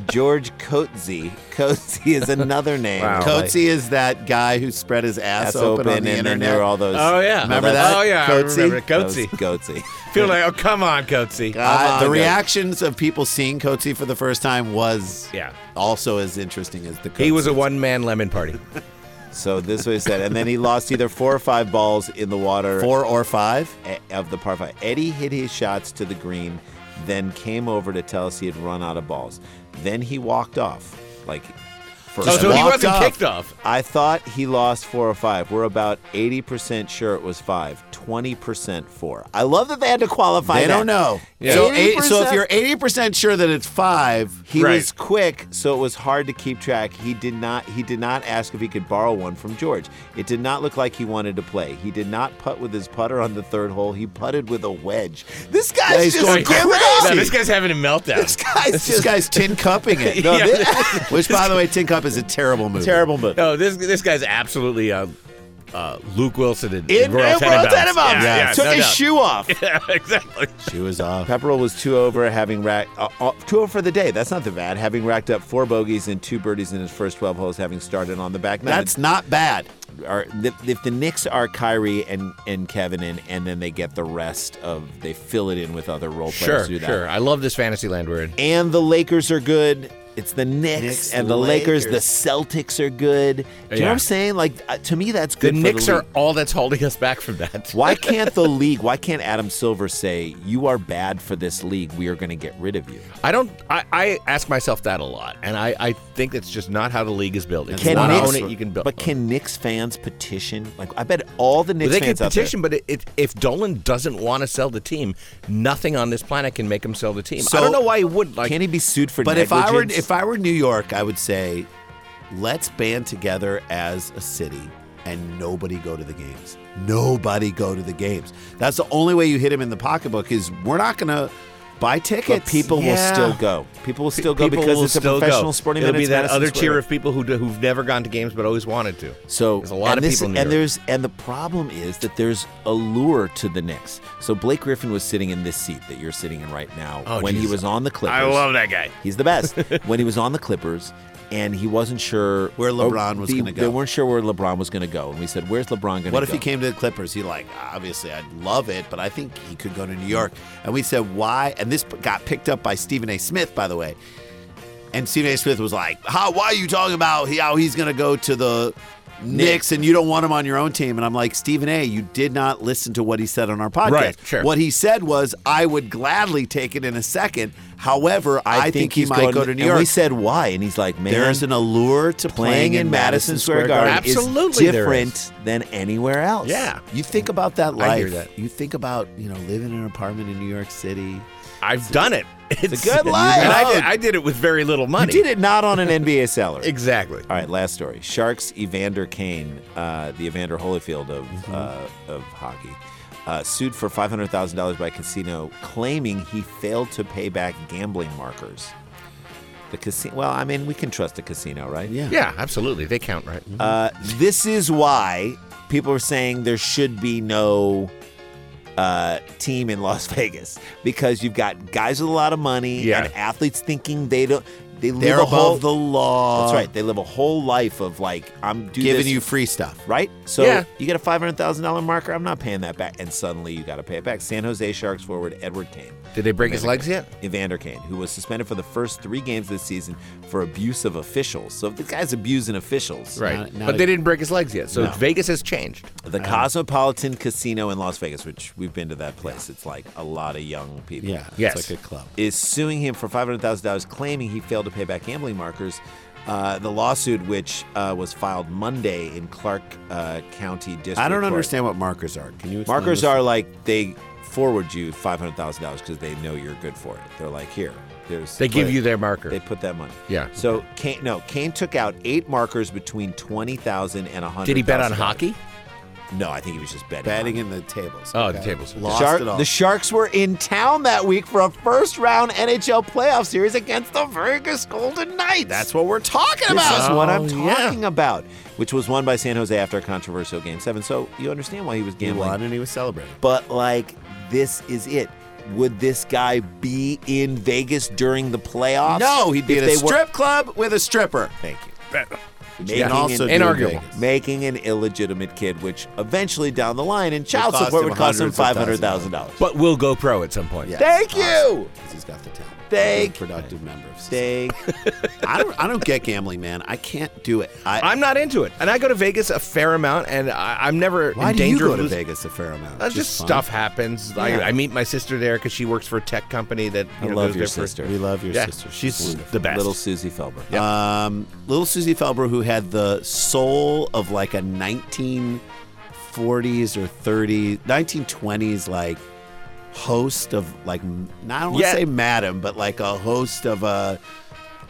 Speaker 2: George Coetzee. Coetzee is another name.
Speaker 7: Wow.
Speaker 2: Like-
Speaker 3: Coatsy is that guy who spread his ass,
Speaker 2: That's
Speaker 3: open,
Speaker 2: open,
Speaker 3: on the
Speaker 2: and then
Speaker 3: internet.
Speaker 2: there were all those.
Speaker 7: Oh, yeah.
Speaker 3: Remember
Speaker 2: all
Speaker 3: that?
Speaker 7: Oh, yeah, I
Speaker 2: Coetzee?
Speaker 7: remember
Speaker 2: That was
Speaker 7: Coetzee.
Speaker 2: Coetzee. Ah,
Speaker 7: Feel like, oh, come on,
Speaker 3: Uh,
Speaker 7: Coatsy.
Speaker 3: the
Speaker 2: on, guys.
Speaker 3: reactions of people seeing Coatsy for the first time was
Speaker 7: Yeah.
Speaker 3: also as interesting as the. Coatsy.
Speaker 7: He was a one man lemon party.
Speaker 2: So this was said, and then he lost either four or five balls in the water
Speaker 3: four or five.
Speaker 2: e- of the par five. Eddie hit his shots to the green, then came over to tell us he had run out of balls. Then he walked off, like. For
Speaker 7: Oh, so he
Speaker 2: Walked
Speaker 7: wasn't
Speaker 2: off.
Speaker 7: kicked off.
Speaker 2: I thought he lost four or five. We're about eighty percent sure it was five. Twenty percent four. I love that they had to qualify.
Speaker 3: They
Speaker 2: that.
Speaker 3: don't know.
Speaker 7: Yeah.
Speaker 3: So, eight, so if
Speaker 2: 80%?
Speaker 3: you're eighty percent sure that it's five,
Speaker 2: He
Speaker 7: Right.
Speaker 2: was quick, so it was hard to keep track. He did not he did not ask if he could borrow one from George. It did not look like he wanted to play. He did not putt with his putter on the third hole. He putted with a wedge. This guy's
Speaker 3: he's
Speaker 2: just
Speaker 3: going
Speaker 2: crazy.
Speaker 7: No, this guy's having a meltdown.
Speaker 2: This guy's
Speaker 3: this
Speaker 2: just
Speaker 3: guy's tin cupping it.
Speaker 2: No,
Speaker 7: Yeah.
Speaker 2: this-
Speaker 3: Which, by the way, tin cup is a terrible move.
Speaker 2: terrible move.
Speaker 7: no, this this guy's absolutely uh, uh, Luke Wilson in,
Speaker 2: In
Speaker 7: Royal
Speaker 2: Royal
Speaker 7: Tenenbaums.
Speaker 2: Tenenbaums.
Speaker 7: Yeah, yeah,
Speaker 2: Took
Speaker 7: no
Speaker 2: his
Speaker 7: doubt.
Speaker 2: shoe off.
Speaker 7: Yeah, exactly.
Speaker 3: She was off.
Speaker 2: Pepperell was two over, having racked uh, uh, two over for the day. That's not the bad. Having racked up four bogeys and two birdies in his first 12 holes, having started on the back nine.
Speaker 3: That's not bad.
Speaker 2: are if if the Knicks are Kyrie and and Kevin in, and then they get the rest of they fill it in with other role players
Speaker 7: Sure,
Speaker 2: to do that.
Speaker 7: sure. I love this fantasy land we're in.
Speaker 2: And the Lakers are good. It's the Knicks,
Speaker 3: Knicks,
Speaker 2: and the Lakers.
Speaker 3: Lakers.
Speaker 2: The Celtics are good. Do you know
Speaker 7: Yeah.
Speaker 2: what I'm saying? Like uh, to me, that's
Speaker 7: The
Speaker 2: good. for
Speaker 7: Knicks
Speaker 2: the
Speaker 7: are
Speaker 2: league.
Speaker 7: all that's holding us back from that.
Speaker 2: Why can't the league? Why can't Adam Silver say you are bad for this league? We are going to get rid of you.
Speaker 7: I don't. I, I ask myself that a lot, and I, I think that's just not how the league is built. If you
Speaker 2: Can
Speaker 7: want to
Speaker 2: Knicks-
Speaker 7: own it, you can build.
Speaker 2: But can Knicks fans petition? Like I bet all the Knicks
Speaker 7: Well, they can
Speaker 2: fans
Speaker 7: petition, but it, it, if Dolan doesn't want to sell the team, nothing on this planet can make him sell the team.
Speaker 3: So-
Speaker 7: I don't know why he would.
Speaker 2: out there,
Speaker 7: Like,
Speaker 2: can he be sued for?
Speaker 3: But if I were
Speaker 2: negligence?
Speaker 3: if I were New York, I would say, let's band together as a city and nobody go to the games. Nobody go to the games. That's the only way you hit him in the pocketbook is we're not gonna buy tickets.
Speaker 2: But people will
Speaker 3: Yeah.
Speaker 2: still go. People will still go
Speaker 7: people
Speaker 2: because
Speaker 7: will
Speaker 2: it's a
Speaker 7: still
Speaker 2: professional
Speaker 7: go.
Speaker 2: sporting
Speaker 7: It'll
Speaker 2: event.
Speaker 7: be
Speaker 2: It's
Speaker 7: that
Speaker 2: Madison
Speaker 7: other
Speaker 2: Square
Speaker 7: tier
Speaker 2: Garden.
Speaker 7: of people who do, who've never gone to games but always wanted to.
Speaker 2: So
Speaker 7: there's a lot
Speaker 2: and
Speaker 7: of
Speaker 2: this-
Speaker 7: people in New
Speaker 2: and
Speaker 7: York.
Speaker 2: there's and the problem is that there's allure to the Knicks. So Blake Griffin was sitting in this seat that you're sitting in right now
Speaker 7: Oh,
Speaker 2: when he
Speaker 7: geez.
Speaker 2: was on the Clippers.
Speaker 7: I love that guy.
Speaker 2: He's the best. when he was on the Clippers and he wasn't sure
Speaker 3: Where LeBron was
Speaker 2: the-
Speaker 3: gonna go.
Speaker 2: They weren't sure where LeBron was going to go, and we said, "Where's LeBron going to go?"
Speaker 3: What if he came to the Clippers? He like, obviously, I'd love it, but I think he could go to New York. And we said, why? And this got picked up by Stephen A. Smith, by the way. And Stephen A. Smith was like, how? Why are you talking about he- how he's going to go to the Knicks and you don't want him on your own team? And I'm like, Stephen A., you did not listen to what he said on our podcast.
Speaker 7: Right, sure.
Speaker 3: What he said was, I would gladly take it in a second. However, I, think, he
Speaker 2: he's
Speaker 3: might
Speaker 2: going
Speaker 3: go to New
Speaker 2: and
Speaker 3: York.
Speaker 2: We said why, and he's like, "Man,
Speaker 3: There's an allure to
Speaker 2: playing in Madison Square Garden
Speaker 7: Absolutely
Speaker 2: is
Speaker 7: there
Speaker 2: different
Speaker 7: is.
Speaker 2: than anywhere else."
Speaker 7: Yeah.
Speaker 3: You think about that life.
Speaker 7: I hear that.
Speaker 3: You think about you know living in an apartment in New York City.
Speaker 7: I've done it. It's,
Speaker 2: good life.
Speaker 7: And I did, I did it with very little
Speaker 2: You
Speaker 7: money.
Speaker 2: did it not on an NBA salary.
Speaker 7: exactly.
Speaker 2: All right, last story. Sharks Evander Kane, uh, the Evander Holyfield of uh, of hockey, uh, sued for five hundred thousand dollars by a casino, claiming he failed to pay back gambling markers. The casino. Well, I mean, we can trust a casino, right? Yeah.
Speaker 7: Yeah, absolutely. They count, right?
Speaker 2: Uh, this is why people are saying there should be no uh, team in Las Vegas because you've got guys with a lot of money
Speaker 7: Yeah.
Speaker 2: and athletes thinking they don't. They live
Speaker 3: They're
Speaker 2: a
Speaker 3: above
Speaker 2: whole,
Speaker 3: the law.
Speaker 2: That's right. They live a whole life of like I'm do
Speaker 3: giving
Speaker 2: this-
Speaker 3: you free stuff.
Speaker 2: right. So
Speaker 7: Yeah.
Speaker 2: you get a five hundred thousand dollar marker. I'm not paying that back. And suddenly you got to pay it back. San Jose Sharks forward Edward Kane.
Speaker 7: Mm-hmm. Did they break his legs yet?
Speaker 2: Evander Kane, who was suspended for the first three games this season for abuse of officials. So if the guy's abusing officials,
Speaker 7: Right.
Speaker 3: not
Speaker 7: but
Speaker 3: a-
Speaker 7: they didn't break his legs yet. So Vegas has changed.
Speaker 2: The
Speaker 3: Uh-huh.
Speaker 2: Cosmopolitan Casino in Las Vegas, which we've been to that place, it's like a lot of young people.
Speaker 3: Yeah.
Speaker 7: Yes.
Speaker 3: It's like a club.
Speaker 2: Is suing him for $500,000, claiming he failed to pay back gambling markers. Uh, the lawsuit, which uh, was filed Monday in Clark uh, County District.
Speaker 3: I don't
Speaker 2: Court.
Speaker 3: understand what markers are. Can you? Explain
Speaker 2: Markers
Speaker 3: this?
Speaker 2: are like they forward you $500,000 because they know you're good for it. They're like, here, there's.
Speaker 7: They give
Speaker 2: play-
Speaker 7: you their marker.
Speaker 2: They put that money.
Speaker 7: Yeah.
Speaker 2: So Kane, no, Kane took out eight markers between twenty thousand and a hundred.
Speaker 7: did he bet on hockey?
Speaker 2: No, I think he was just betting.
Speaker 3: batting
Speaker 2: on
Speaker 3: in the tables.
Speaker 7: Oh, the tables.
Speaker 3: Lost
Speaker 2: Shark-
Speaker 3: it all.
Speaker 2: The Sharks were in town that week for a first round NHL playoff series against the Vegas Golden Knights.
Speaker 3: That's what we're talking
Speaker 2: This
Speaker 3: about.
Speaker 2: is what I'm
Speaker 3: Oh, yeah.
Speaker 2: talking about, which was won by San Jose after a controversial game seven. So you understand why he was
Speaker 3: He
Speaker 2: gambling.
Speaker 3: won and he was celebrating.
Speaker 2: But like, this is it. Would this guy be in Vegas during the playoffs?
Speaker 3: No, he'd be
Speaker 2: if
Speaker 3: at a
Speaker 2: they were-
Speaker 3: strip club with a stripper.
Speaker 2: Thank you.
Speaker 3: you can also do in
Speaker 7: Inarguable.
Speaker 3: Vegas.
Speaker 2: making an illegitimate kid, which eventually down the line in
Speaker 3: Would
Speaker 2: child
Speaker 3: cost
Speaker 2: support
Speaker 3: him
Speaker 2: would cost him
Speaker 3: hundreds of
Speaker 2: five
Speaker 3: thousands
Speaker 2: hundred
Speaker 3: of
Speaker 2: thousand dollars.
Speaker 7: But we'll go pro at some point.
Speaker 3: Yeah.
Speaker 2: Thank you.
Speaker 3: 'Cause he's got the talent.
Speaker 2: Thank-
Speaker 3: He's a productive member of society.
Speaker 2: Stay.
Speaker 3: I don't. I don't get gambling, man. I can't do it. I,
Speaker 7: I'm not into it. And I go to Vegas a fair amount, and I, I'm never
Speaker 3: Why
Speaker 7: in
Speaker 3: do you
Speaker 7: danger
Speaker 3: go
Speaker 7: of
Speaker 3: to
Speaker 7: losing-
Speaker 3: Vegas a fair amount?
Speaker 7: Uh, just
Speaker 3: fun?
Speaker 7: stuff happens. I, I meet my sister there because she works for a tech company that
Speaker 2: I
Speaker 7: you know,
Speaker 2: love
Speaker 7: goes
Speaker 2: your
Speaker 7: there for-
Speaker 2: sister.
Speaker 3: We love your
Speaker 7: Yeah,
Speaker 3: sister.
Speaker 7: she's
Speaker 3: wonderful.
Speaker 7: the best.
Speaker 2: Little Susie Felber.
Speaker 3: Um, little Susie Felber, who had the soul of like a 1940s or 30s, 1920s, like host of like m- I don't want to
Speaker 7: Yeah.
Speaker 3: say madam, but like a host of a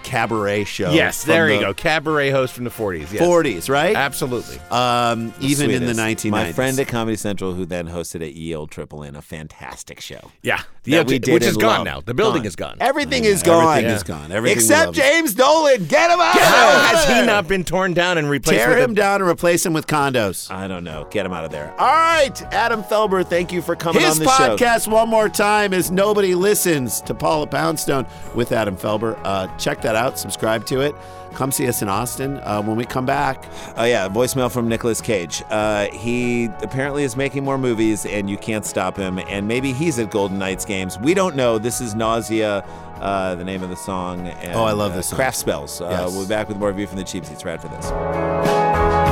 Speaker 3: cabaret show.
Speaker 7: yes,
Speaker 3: from
Speaker 7: there you
Speaker 3: the
Speaker 7: go. Cabaret host from the 40s. Yes.
Speaker 3: 40s, right?
Speaker 7: Absolutely.
Speaker 3: um, even in the
Speaker 2: Sweetest.
Speaker 3: 1990s.
Speaker 2: My friend at Comedy Central, who then hosted at Yale Triple N, a fantastic show.
Speaker 7: Yeah.
Speaker 2: that
Speaker 7: The
Speaker 2: we
Speaker 7: empty-
Speaker 2: did
Speaker 7: which
Speaker 2: in
Speaker 7: is gone
Speaker 2: love.
Speaker 7: now. The building is gone.
Speaker 2: Everything is
Speaker 3: Everything
Speaker 2: gone.
Speaker 3: is gone. Everything we
Speaker 2: Except
Speaker 3: loved.
Speaker 2: James Dolan. Get him out.
Speaker 7: How has
Speaker 2: of
Speaker 7: he
Speaker 2: there!
Speaker 7: not been torn down and replaced
Speaker 3: Tear
Speaker 7: with a-
Speaker 3: him down and replace him with condos.
Speaker 2: I don't know. Get him out of there. All right, Adam Felber, thank you for coming
Speaker 3: His
Speaker 2: on the show.
Speaker 3: podcast, one more time, is Nobody Listens to Paula Poundstone with Adam Felber. Uh, check that out.
Speaker 2: that out, subscribe to it. Come see us in Austin. Uh, when we come back,
Speaker 3: Oh yeah, voicemail from Nicolas Cage. Uh, he apparently is making more movies, and you can't stop him. And maybe he's at Golden Knights games. We don't know. This is Nausea, uh, the name of the song. And,
Speaker 2: Oh, I love
Speaker 3: uh,
Speaker 2: this song.
Speaker 3: Craft spells. Uh,
Speaker 2: Yes.
Speaker 3: We'll be back with more review from the cheap seats right after this.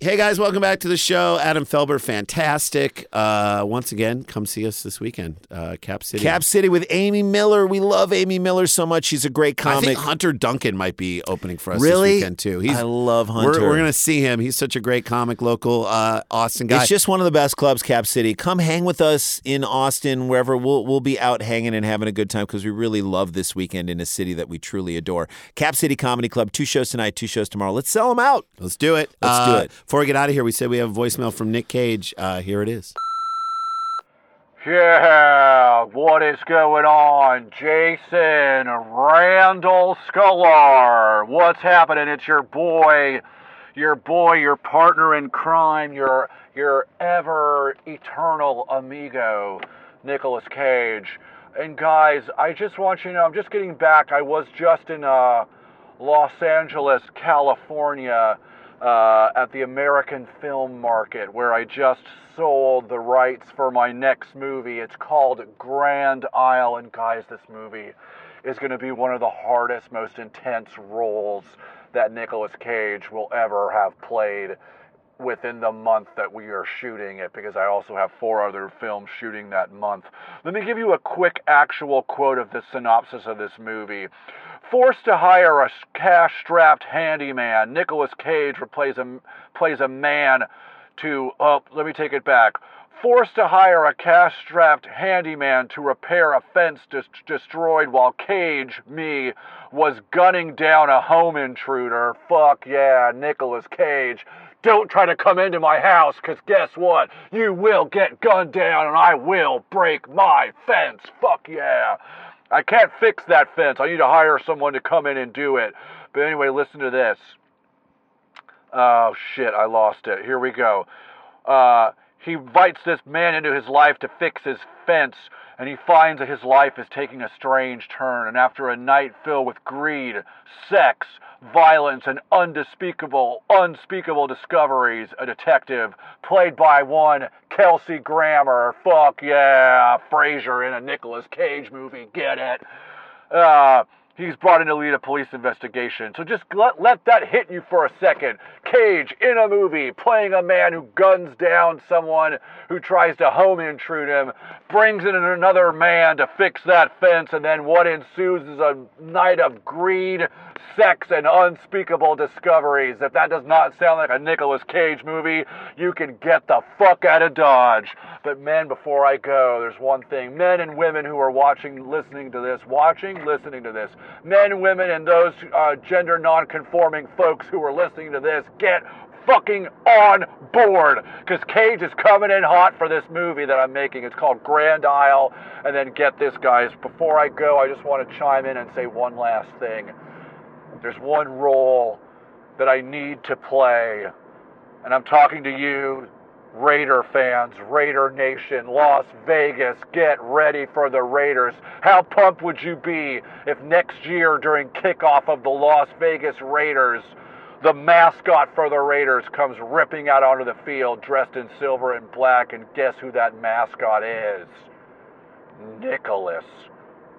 Speaker 2: hey guys, welcome back to the show. Adam Felber, fantastic. Uh, once again, come see us this weekend, uh, Cap City.
Speaker 3: Cap City with Amy Miller. We love Amy Miller so much. She's a great
Speaker 2: I
Speaker 3: comic.
Speaker 2: think Hunter Duncan might be opening for us this
Speaker 3: Really?
Speaker 2: weekend too.
Speaker 3: I love Hunter.
Speaker 2: We're, we're gonna see him. He's such a great comic, local uh, Austin guy.
Speaker 3: It's just one of the best clubs, Cap City. Come hang with us in Austin, wherever we'll we'll be out hanging and having a good time because we really love this weekend in a city that we truly adore. Cap City Comedy Club. Two shows tonight, two shows tomorrow. Let's sell them out.
Speaker 2: Let's do it. Uh,
Speaker 3: Let's do it.
Speaker 2: Before we get out of here, we said we have a voicemail from Nick Cage. Uh, here it is.
Speaker 7: Yeah, what is going on? Jason Randall Scalar. What's happening? It's your boy, your boy, your partner in crime, your your ever eternal amigo, Nicolas Cage. And guys, I just want you to know, I'm just getting back. I was just in uh, Los Angeles, California, uh, at the American Film Market, where I just sold the rights for my next movie. It's called Grand Isle, and guys, this movie is going to be one of the hardest, most intense roles that Nicolas Cage will ever have played within the month that we are shooting it because I also have four other films shooting that month. Let me give you a quick actual quote of the synopsis of this movie. Forced to hire a cash strapped handyman, Nicolas Cage replays a, plays a man to. Oh, let me take it back. Forced to hire a cash strapped handyman to repair a fence des- destroyed while Cage, me, was gunning down a home intruder. Fuck yeah, Nicolas Cage. Don't try to come into my house, because guess what? You will get gunned down and I will break my fence. Fuck yeah. I can't fix that fence. I need to hire someone to come in and do it. But anyway, listen to this. Oh shit, I lost it. Here we go. Uh, he invites this man into his life to fix his fence, and he finds that his life is taking a strange turn. And after a night filled with greed, sex, violence, and undespeakable, unspeakable discoveries, a detective, played by one Kelsey Grammer, fuck yeah, Frasier in a Nicolas Cage movie, get it? uh, he's brought in to lead a police investigation. So just let, let that hit you for a second. Cage in a movie playing a man who guns down someone who tries to home intrude him, brings in another man to fix that fence, and then what ensues is a night of greed, sex, and unspeakable discoveries. If that does not sound like a Nicolas Cage movie, you can get the fuck out of Dodge. But men, before I go, there's one thing. Men and women who are watching, listening to this, watching, listening to this, men, women, and those uh, gender non conforming folks who are listening to this, get fucking on board because Cage is coming in hot for this movie that I'm making. It's called Grand Isle. And then get this, guys. Before I go, I just want to chime in and say one last thing. There's one role that I need to play, and I'm talking to you, Raider fans, Raider Nation, Las Vegas. Get ready for the Raiders. How pumped would you be if next year, during kickoff of the Las Vegas Raiders, the mascot for the Raiders comes ripping out onto the field dressed in silver and black, and guess who that mascot is? Nicholas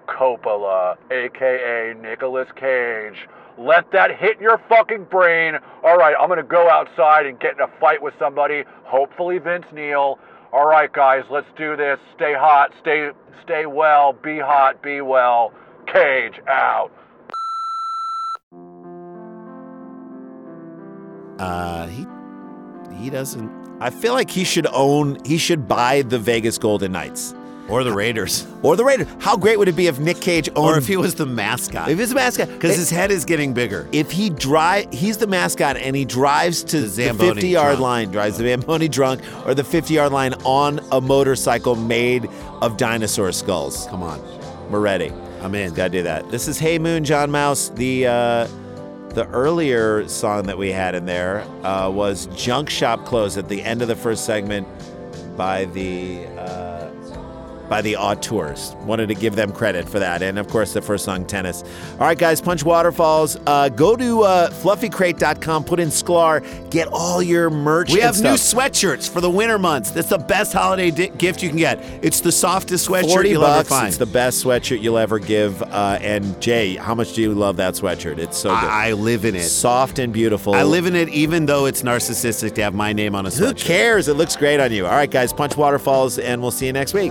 Speaker 7: Coppola, aka Nicholas Cage. Let that hit your fucking brain. All right, I'm gonna go outside and get in a fight with somebody. Hopefully, Vince Neil. All right, guys, let's do this. Stay hot, stay stay well, be hot, be well. Cage out.
Speaker 2: Uh, he he doesn't.
Speaker 3: I feel like he should own. He should buy the Vegas Golden Knights
Speaker 2: Or the Raiders.
Speaker 3: or the Raiders. How great would it be if Nick Cage owned?
Speaker 2: Or if he was the mascot.
Speaker 3: if his mascot,
Speaker 2: Because his head is getting bigger.
Speaker 3: if he drive, he's the mascot, and he drives to
Speaker 2: The
Speaker 3: the
Speaker 2: Zamboni
Speaker 3: fifty yard
Speaker 2: drunk.
Speaker 3: line, drives the Zamboni drunk or the fifty yard line on a motorcycle made of dinosaur skulls.
Speaker 2: Come on.
Speaker 3: We're ready.
Speaker 2: I'm in.
Speaker 3: Gotta do that. This is Hey Moon, John Mouse, the uh, The earlier song that we had in there uh, was Junk Shop Close at the end of the first segment by the uh, by the auteurs. Wanted to give them credit for that. And of course, the first song, Tennis. All right, guys, Punch Waterfalls. Uh, go to uh, fluffycrate.com, put in Sklar, get all your merch.
Speaker 2: We
Speaker 3: and
Speaker 2: have new
Speaker 3: stuff.
Speaker 2: sweatshirts for the winter months. That's the best holiday di- gift you can get. It's the softest sweatshirt
Speaker 3: 40
Speaker 2: you'll
Speaker 3: bucks.
Speaker 2: ever find.
Speaker 3: It's the best sweatshirt you'll ever give. Uh, and Jay, how much do you love that sweatshirt? It's so good.
Speaker 2: I, I live in it.
Speaker 3: Soft and beautiful.
Speaker 2: I live in it, even though it's narcissistic to have my name on a
Speaker 3: Who
Speaker 2: sweatshirt.
Speaker 3: cares? It looks great on you. All right, guys, punch waterfalls, and we'll see you next week.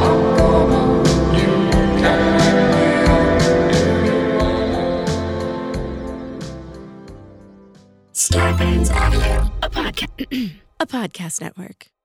Speaker 8: Starbane's Audio, a podcast, a podcast network.